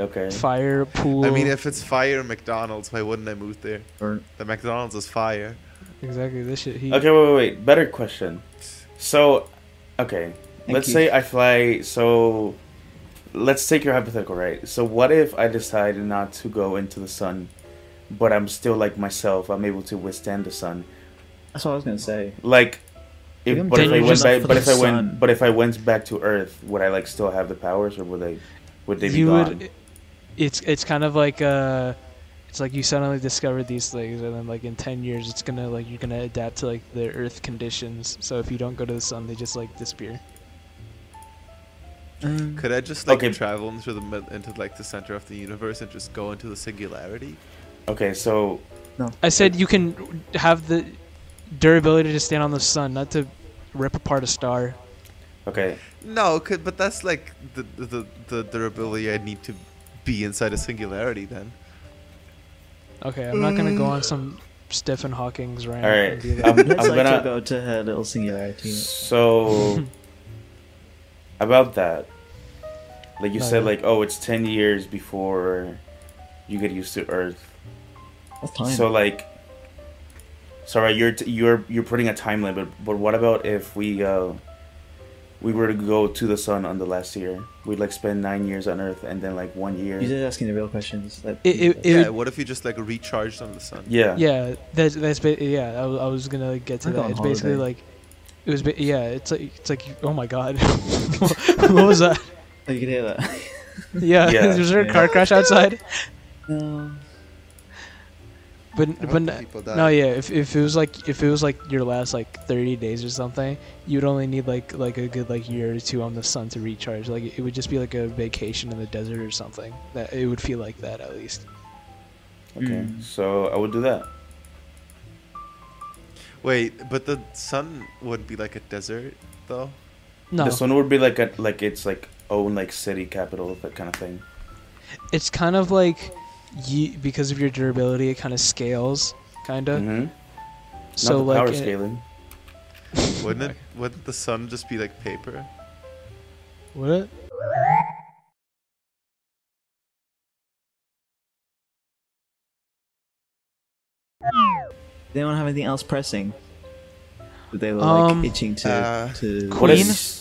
S4: Okay.
S3: fire pool.
S1: I mean, if it's fire McDonald's, why wouldn't I move there?
S2: Burn.
S1: The McDonald's is fire.
S3: exactly this shit. He,
S4: Okay, wait, wait, wait. Better question. So, okay,
S2: Thank
S4: let's
S2: you.
S4: say I fly. So, let's take your hypothetical, right? So, what if I decide not to go into the sun, but I'm still like myself? I'm able to withstand the sun.
S2: That's what I was gonna say.
S4: Like,
S2: Give
S4: if,
S2: 'em
S4: but if
S3: ten
S4: I
S3: years
S4: went
S2: off
S4: back,
S2: for
S4: but
S2: the
S4: if I
S2: sun.
S4: went, but if I went back to Earth, would I like still have the powers, or would they, would they be
S3: you
S4: gone?
S3: would. It's it's kind of like uh, it's like you suddenly discover these things, and then like in ten years, it's gonna like you're gonna adapt to like the Earth conditions. So if you don't go to the sun, they just like disappear. Mm.
S2: Um,
S1: Could I just like
S4: Okay.
S1: travel into the mid- into like the center of the universe and just go into the singularity?
S4: Okay, so
S3: I said you can have the durability to stand on the sun, not to rip apart a star.
S4: okay,
S1: No, could but that's like the the the durability I need to be inside a singularity then.
S3: Okay, I'm not gonna go on some Stephen Hawking's rant.
S4: all
S3: and
S4: right.
S3: be
S2: [laughs]
S3: like,
S4: [laughs] I'm, I'm
S2: Um, Let's like
S4: gonna.
S2: to go to her little singularity.
S4: So, [laughs] about that, like you
S3: No,
S4: said,
S3: no.
S4: like oh, it's ten years before you get used to Earth.
S2: That's time.
S4: So like, sorry, you're t- you're you're putting a time limit, but what about if we uh, we were to go to the sun on the last year? We'd like spend nine years on Earth and then like one year.
S2: you did asking the real questions. Like,
S3: It- it- it-
S1: yeah, what if you just like recharged on the sun?
S4: Yeah.
S3: yeah, that's that's ba- yeah. I, was- I was gonna like, get to
S2: I'd go
S3: that.
S2: on
S3: It's basically
S2: holiday.
S3: like it was. Ba- yeah, it's like it's like oh my god, [laughs] what was that?
S2: Oh, you can hear that. [laughs]
S3: Yeah, [laughs]
S4: Yeah.
S3: was there a
S2: Yeah.
S3: car crash outside?
S2: no.
S1: I hope
S3: But but
S1: the
S3: n-
S1: people die.
S3: no, yeah. If, if it was like if it was like your last like thirty days or something, you'd only need like like a good like year or two on the sun to recharge. Like it would just be like a vacation in the desert or something. That it would feel like that at least.
S4: Okay.
S2: Mm.
S4: So I would do that.
S1: Wait, but the sun would be like a desert though.
S3: No,
S4: The sun would be like a like it's like own like city capital that kind of thing.
S3: it's kind of like you because of your durability, it kind of scales, kind of.
S4: Mm-hmm.
S3: So
S4: Not the power
S3: like, it-
S4: scaling.
S1: Wouldn't it? Wouldn't the sun just be like paper?
S3: would it?
S2: Did anyone have anything else pressing? That they were like
S3: Um,
S2: itching to
S1: uh,
S2: to.
S4: What
S3: Queen?
S4: is-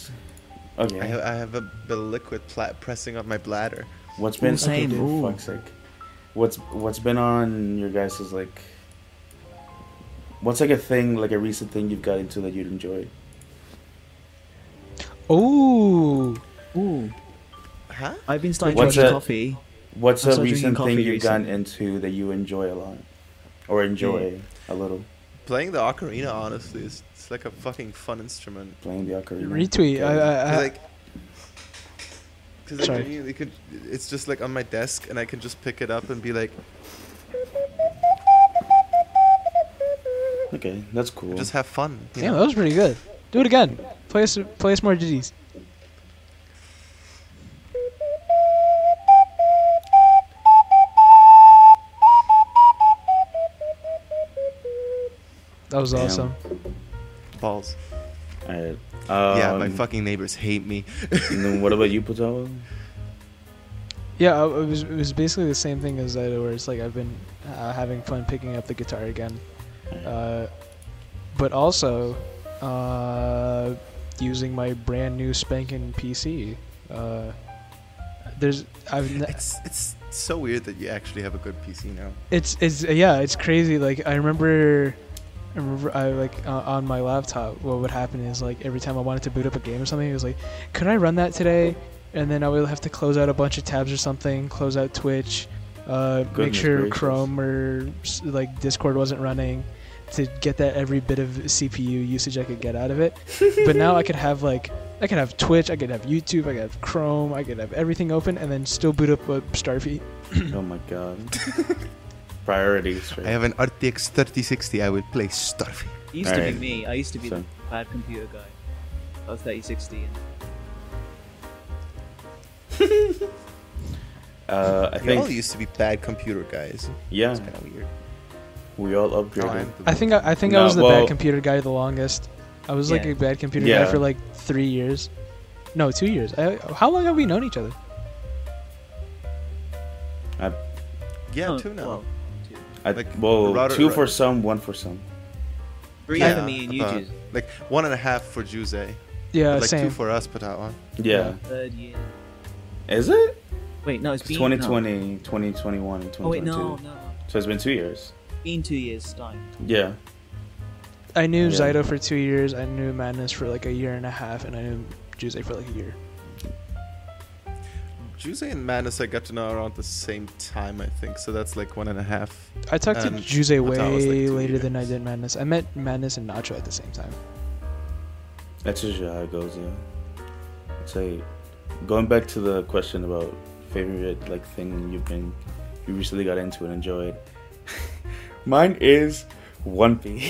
S4: Okay.
S1: I have, I have a bit of liquid pla- pressing on my bladder.
S4: What's been
S2: Ooh, same,
S4: okay,
S2: ooh.
S4: fuck's sake. What's what's been on your guys' like what's like a thing, like a recent thing you've got into that you'd enjoy?
S3: Oh,
S2: Ooh,
S1: Huh?
S2: I've been starting
S4: What's
S2: drinking
S4: that?
S2: coffee.
S4: What's
S2: I'm
S4: a
S2: still drinking
S4: recent thing
S2: coffee
S4: you've gotten into that you enjoy a lot? Or enjoy a little.
S1: Playing the ocarina, honestly, is it's like a fucking fun instrument.
S4: Playing the ocarina.
S3: retweet. I, I, I,
S1: Cause like, cause like,
S3: Uh, Sorry.
S1: when you- you could, it's just like on my desk, and I can just pick it up and be like,
S4: Okay, that's cool.
S1: just have fun. you
S3: Damn,
S1: know?
S3: that was pretty good. Do it again. Play us, play us more ditties. That was
S4: Damn.
S3: awesome.
S1: balls.
S4: Alright. Um,
S1: yeah, my fucking neighbors hate me.
S4: And then what about
S1: [clears throat]
S4: you, Patawa?
S3: Yeah, uh, it was, it was basically the same thing as that, where it's like I've been uh, having fun picking up the guitar again,
S1: Hmm.
S3: uh, but also uh, using my brand new spanking PC. Uh, there's I've ne-
S1: It's it's so weird that you actually have a good PC now.
S3: it's it's yeah it's crazy like i remember I remember I like uh, on my laptop. What would happen is like every time I wanted to boot up a game or something, it was like, "Could I run that today?" And then I would have to close out a bunch of tabs or something, close out Twitch, uh, make
S4: Goodness
S3: sure
S4: gracious.
S3: Chrome or s- like Discord wasn't running, to get that every bit of CPU usage I could get out of
S4: [laughs]
S3: it. but now I could have like I could have Twitch, I could have YouTube, I could have Chrome, I could have everything open, and then still boot up a Starfeed.
S4: Oh my
S1: [laughs]
S4: god. Priorities. Right?
S1: I have an RTX 3060. I will play Starfield.
S2: It used to
S4: Alright.
S2: be me. I used to be
S4: So-
S2: the bad computer guy. I was 3060. And
S4: uh, I
S1: We all
S4: think.
S1: used to be bad computer guys.
S4: Yeah,
S1: It's kind of weird.
S4: we all upgraded.
S1: Now I'm the-
S3: I think I, I think I
S4: No,
S3: was the
S4: well-
S3: bad computer guy the longest. I was like
S2: Yeah.
S3: a bad computer
S4: Yeah.
S3: guy for like three years. No, two years. I, how long have we known each other?
S1: yeah,
S2: Oh,
S1: two now.
S2: well,
S4: I,
S1: Like,
S4: well,
S1: router-
S4: two
S1: router-
S4: for some, one for some.
S2: three
S1: Yeah,
S2: for me and you
S1: about-
S2: two.
S1: Like one and a half for Juse.
S3: Yeah,
S1: like two
S3: same.
S1: for us, but that one.
S4: Yeah.
S2: Third year.
S4: Is it?
S2: Wait, no, it's
S4: It's
S2: been
S4: 2020, 2021, and 2022.
S2: No. Oh wait, no, no, no.
S4: So it's been two years.
S2: Been two years time.
S4: Yeah.
S3: I knew
S4: Yeah.
S3: Zyto for two years. I knew Madness for like a year and a half, and I knew Juze for like a year.
S1: Juse and Manus I got to know around the same time, I think. So that's like one and a half.
S3: I talked to
S1: And
S3: Juze
S1: I
S3: way
S1: thought it was, like, two
S3: later than I
S1: years.
S3: did Madness. I met Madness and Nacho at the same time.
S4: That's usually how it goes, yeah. I'd say, going back to the question about favorite like thing you've been, you recently got into and enjoyed. [laughs] Mine is One Piece.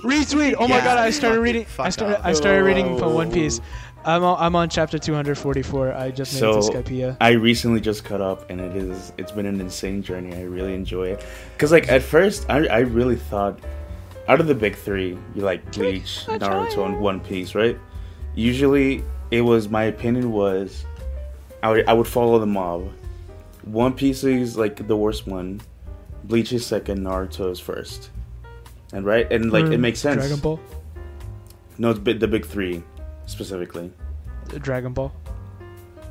S3: Retweet! Oh my
S1: Yeah,
S3: god! I started
S1: fucking
S3: reading. I
S1: fuck
S3: started.
S1: off.
S3: I started reading
S4: No.
S3: from One Piece. I'm on, I'm on chapter 244. I just made
S4: So-
S3: it to Skypea.
S4: I recently just caught up, and it is it's been an insane journey. I really enjoy it, cause like at first I I really thought, out of the big three, you like Bleach, Naruto, and One Piece, right? Usually, it was my opinion was, I would, I would follow the mob. One Piece is like the worst one. Bleach is second. Naruto is first. And right, and like
S3: Or
S4: it makes sense.
S3: Mm, Dragon Ball.
S4: No, it's bi- the big three, specifically.
S3: Dragon Ball.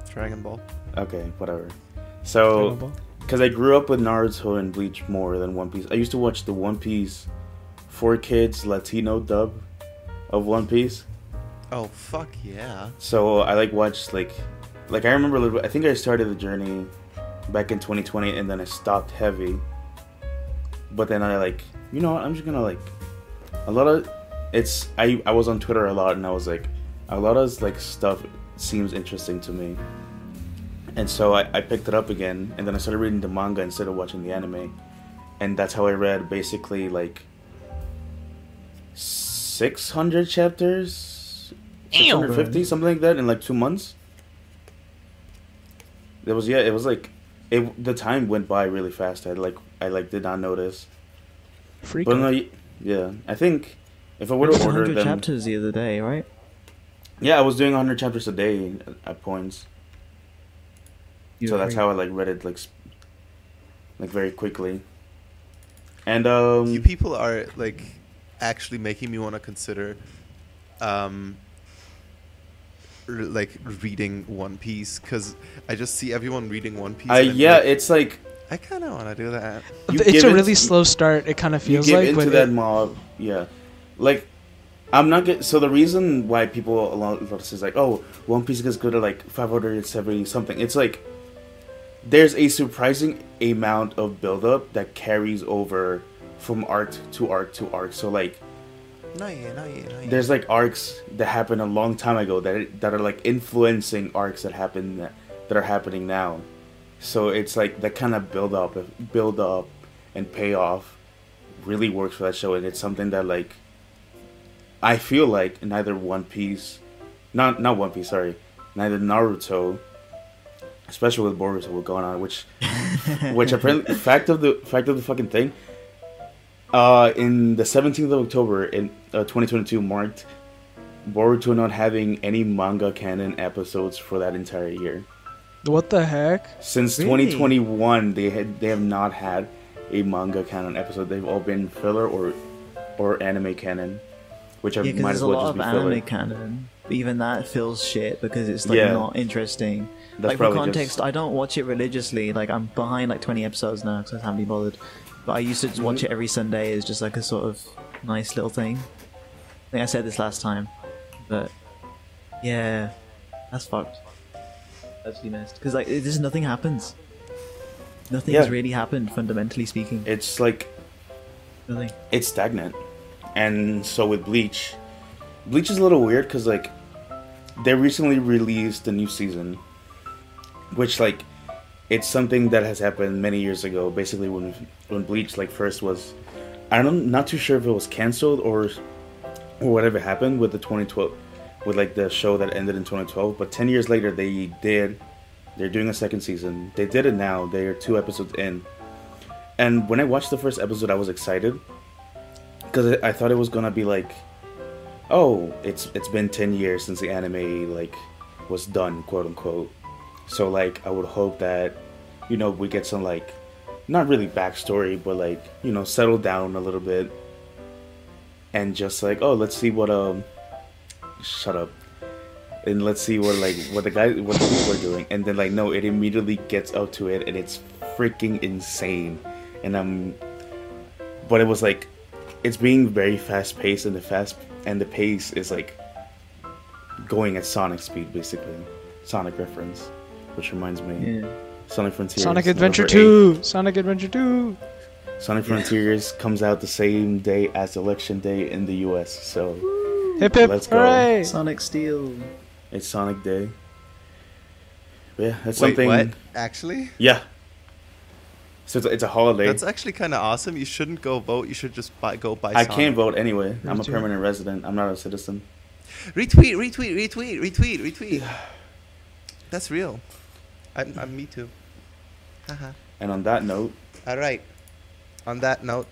S1: Dragon Ball.
S4: Okay, whatever.
S3: Dragon
S4: So
S3: Ball.
S4: because I grew up with Naruto and Bleach more than One Piece. I used to watch the One Piece for kids Latino dub of One Piece.
S1: Oh fuck yeah!
S4: So I like watched like like I remember a little bit, I think I started the journey back in 2020 and then I stopped heavy. But then I like you know what I'm just gonna like a lot of it's I I was on Twitter a lot and I was like a lot of like stuff seems interesting to me. And so I, I picked it up again and then I started reading the manga instead of watching the anime. And that's how I read basically like 600 chapters 650 something like that in like two months it was yeah it was like it the time went by really fast i like i like did not notice
S3: Freak.
S4: but no y- yeah i think if i would
S2: It's
S4: have ordered
S2: 100
S4: them
S2: chapters the other day, right?
S4: yeah i was doing 100 chapters a day at, at points
S2: You
S4: so that's
S2: agree.
S4: how i like read it like sp- like very quickly and um
S1: You people are like actually making me want to consider, um, r- like reading One Piece because I just see everyone reading One Piece.
S4: uh,
S1: and I'm
S4: yeah
S1: like,
S4: it's like
S1: I kind of want to do that.
S4: you
S3: it's
S4: give
S3: a
S4: it-
S3: really slow start. It kind of
S4: you
S3: feels
S4: give
S3: like,
S4: into
S3: but
S4: that
S3: it-
S4: mob, yeah. Like, I'm not get so the reason why people a lot of us is like, oh, One Piece gets good at like 570 something. It's like there's a surprising amount of buildup that carries over from arc to arc to arc. So like,
S1: No yeah, no yeah, no yeah.
S4: there's like arcs that happened a long time ago that that are like influencing arcs that happen that are happening now. So it's like that kind of build up, build up, and payoff really works for that show, and it's something that like I feel like neither One Piece, not not One Piece, sorry, neither Naruto, especially with Boruto, what going on, which which apparently fact of the fact of the fucking thing, uh, in the 17th of October in uh, 2022 marked Boruto not having any manga canon episodes for that entire year.
S3: what the heck?
S4: Since
S1: Really?
S4: 2021, they had they have not had a manga canon episode. They've all been filler or or anime canon, which I
S2: Yeah, because
S4: might
S2: there's
S4: as
S2: a
S4: well
S2: lot
S4: just
S2: of
S4: be
S2: anime
S4: filler.
S2: canon. But even that feels shit because it's like
S4: Yeah.
S2: not interesting.
S4: That's
S2: like for
S4: probably
S2: context,
S4: just-
S2: I don't watch it religiously. Like I'm
S4: Mm-hmm.
S2: behind like 20 episodes now because I haven't been bothered. But I used to just watch it every Sunday as just like a sort of nice little thing. I think I said this last time, but yeah, that's fucked. That's really messed because like it- just nothing happens. Nothing has
S4: Yeah.
S2: really happened, fundamentally speaking.
S4: It's like
S2: Nothing.
S4: it's stagnant. And so with Bleach, Bleach is a little weird because like they recently released a new season, which like it's something that has happened many years ago. Basically, when when Bleach like first was, I don't not too sure if it was canceled or or whatever happened with the 2012 with like the show that ended in 2012. But 10 years later, they did. They're doing a second season. They did it now. They are two episodes in. And when I watched the first episode, I was excited because I thought it was gonna be like, oh, it's it's been ten years since the anime like was done, quote unquote. So like, I would hope that you know we get some like, not really backstory, but like you know settle down a little bit, and just like oh, let's see what um, shut up. And let's see what like what the guy what the people are doing, and then like no, it immediately gets up to it, and it's freaking insane, and I'm, but it was like it's being very fast paced and the fast and the pace is like going at sonic speed basically sonic reference which reminds me
S2: Yeah.
S4: sonic frontiers
S3: Sonic
S4: number
S3: Adventure
S4: eight.
S3: 2! Sonic Adventure 2!
S4: sonic frontiers comes out the same day as election day in the us so
S3: Hip hip,
S4: Let's go.
S3: hooray!
S2: Sonic Steel.
S4: it's sonic day But yeah that's
S1: Wait,
S4: something
S1: what? Actually,
S4: yeah so it's, it's a holiday
S1: that's actually kind of awesome. You shouldn't go vote. You should just buy, go buy.
S4: i
S1: Sonic.
S4: can't vote anyway i'm a
S3: too.
S4: permanent resident i'm not a citizen
S1: Retweet, retweet, retweet, retweet, retweet.
S4: [sighs]
S1: That's real. I'm, I'm me too. Haha.
S4: and on that note
S1: All right. On that note,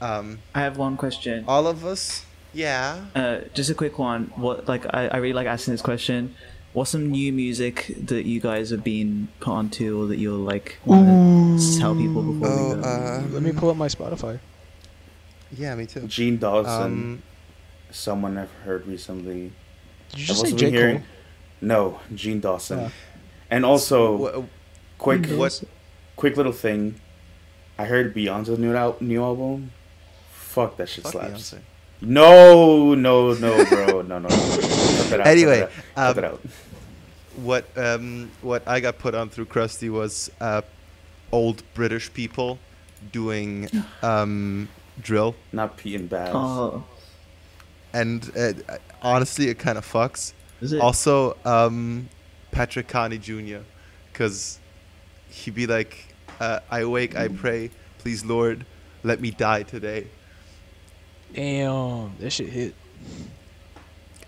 S1: um,
S2: I have one question.
S1: all of us, yeah.
S2: Uh, just a quick one. What like I, I really like asking this question. What's some new music that you guys have been put onto or that you'll like want to tell people before
S1: Oh,
S2: we go?
S1: uh,
S3: Let me pull up my Spotify.
S1: yeah, me too.
S4: gene dawson
S1: Um,
S4: someone i've heard recently
S3: Did you just
S4: I've
S3: say
S4: also
S3: J.
S4: been
S3: Cole?
S4: hearing- No, Gene Dawson.
S3: Oh.
S4: And also,
S1: wha-
S4: quick,
S1: what?
S4: quick little thing. I heard Beyonce's new al- new album. Fuck that shit
S1: Fuck
S4: slaps.
S1: Beyonce.
S4: No, no, no, bro, no, no. no.
S3: [laughs]
S4: Cut that out,
S1: Anyway,
S4: cut that out, cut
S1: um,
S4: that out.
S1: What um what I got put on through Krusty was uh, old British people
S4: [sighs]
S1: doing um drill,
S4: not Pete and Baz.
S2: oh,
S1: and uh, honestly, it kind of fucks.
S2: is it?
S1: Also, um, Patrick Carney Jr. because he'd be like, uh, "I awake,
S4: Mm.
S1: I pray, please Lord, let me die today."
S3: Damn, that shit hit.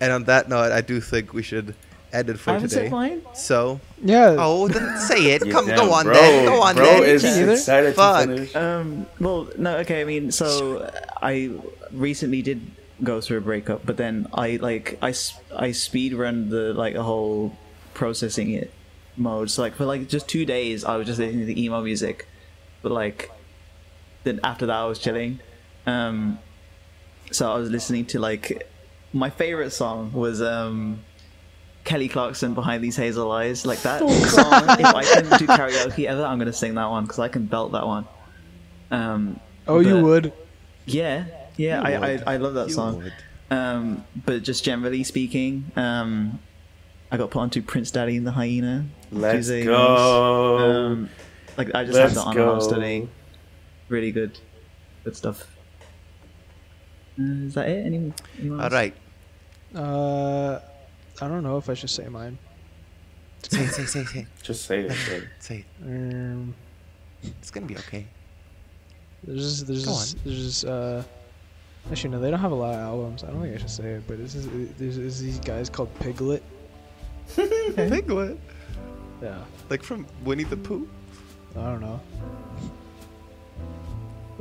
S1: And on that note, I do think we should end it
S2: I
S1: for
S2: haven't said
S1: today.
S2: mine.
S1: So,
S3: Yeah.
S1: oh, then say it.
S4: You
S1: Come,
S4: damn
S1: go on
S4: bro,
S1: then. Go on
S4: bro
S1: then.
S4: is
S3: Either?
S4: excited
S1: Fuck.
S4: to finish.
S2: Um, well, no, okay. I mean, so uh, I recently did go through a breakup, but then I like I s- I speed run the like a whole processing it mode. So like for like just two days, I was just listening to emo music, but like then after that, I was chilling. Um, so I was listening to like my favorite song was um. Kelly Clarkson behind these hazel eyes, like that song. If I can do karaoke ever, I'm gonna sing that one because I can belt that one. Um,
S3: Oh, you
S2: but-
S3: would.
S2: Yeah, yeah, I, I I love that song.
S1: would.
S2: Um, but just generally speaking, um, I got put onto Prince Daddy and the Hyena.
S4: Let's
S2: Tuesday
S4: go.
S2: nights. Um, like I just
S4: Oh. Let's
S2: had that on
S4: go.
S2: and off today. Really good, good stuff. Uh, is that it? Any, anyone
S1: All
S2: else?
S1: right.
S3: Uh, I don't know if I should say mine.
S1: Say it, say it, say it, say it.
S4: Just say it. Like,
S1: Say it.
S3: Um,
S1: It's gonna be okay.
S3: there's this, there's
S1: Go
S3: this, there's this, uh. Actually, no, they don't have a lot of albums. I don't think I should say it, but this is there's, there's these guys called Piglet.
S1: Piglet,
S3: Yeah.
S1: like from Winnie the Pooh.
S3: I don't know.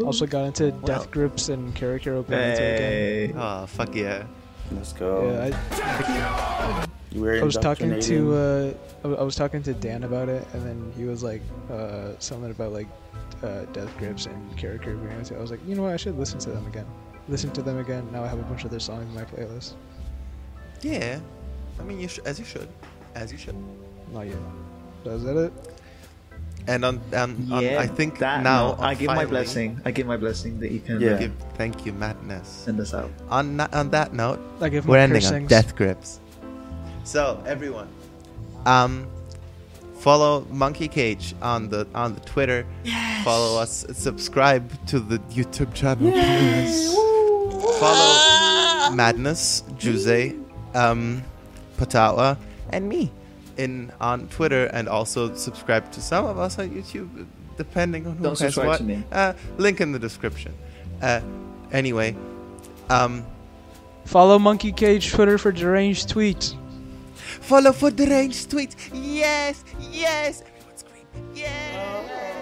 S3: Also got into
S1: Well.
S3: Death Grips and Karikiro Pants again.
S2: Hey.
S1: Oh fuck yeah.
S4: let's go.
S3: Yeah, I,
S4: You were
S3: I was talking
S4: indoctrinating.
S3: to uh, I I was talking to Dan about it, and then he was like uh, something about like uh, Death Grips and Character Variants. I was like, you know what? I should listen to them again. Listen to them again. Now I have a bunch of their songs in my playlist.
S1: Yeah. I mean, you sh- as you should, as you should.
S3: Not yet. So is that it?
S1: And on, um, on I think
S2: that,
S1: now
S2: no, I
S1: on
S2: give my
S1: finally-
S2: blessing. I give my blessing that you can
S4: Yeah.
S2: uh,
S1: Give, thank you, madness.
S2: send us out.
S1: On na- on that note,
S3: Like if
S1: we're
S3: my
S1: ending on
S3: cursings-
S1: death grips. So everyone, um, follow Monkey Cage on the on the Twitter. Follow us. Subscribe to the YouTube channel. please. Follow Madness Juse, um, Patawa, and me in on Twitter, and also subscribe to some of us on YouTube, depending on who
S2: Don't
S1: has
S2: subscribe
S1: what.
S2: to me.
S1: Uh, link in the description. Uh, anyway, um.
S3: Follow Monkey Cage Twitter for deranged tweets.
S1: Follow for the range tweets. Yes, yes. Everyone scream. Yes.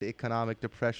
S1: The economic depression.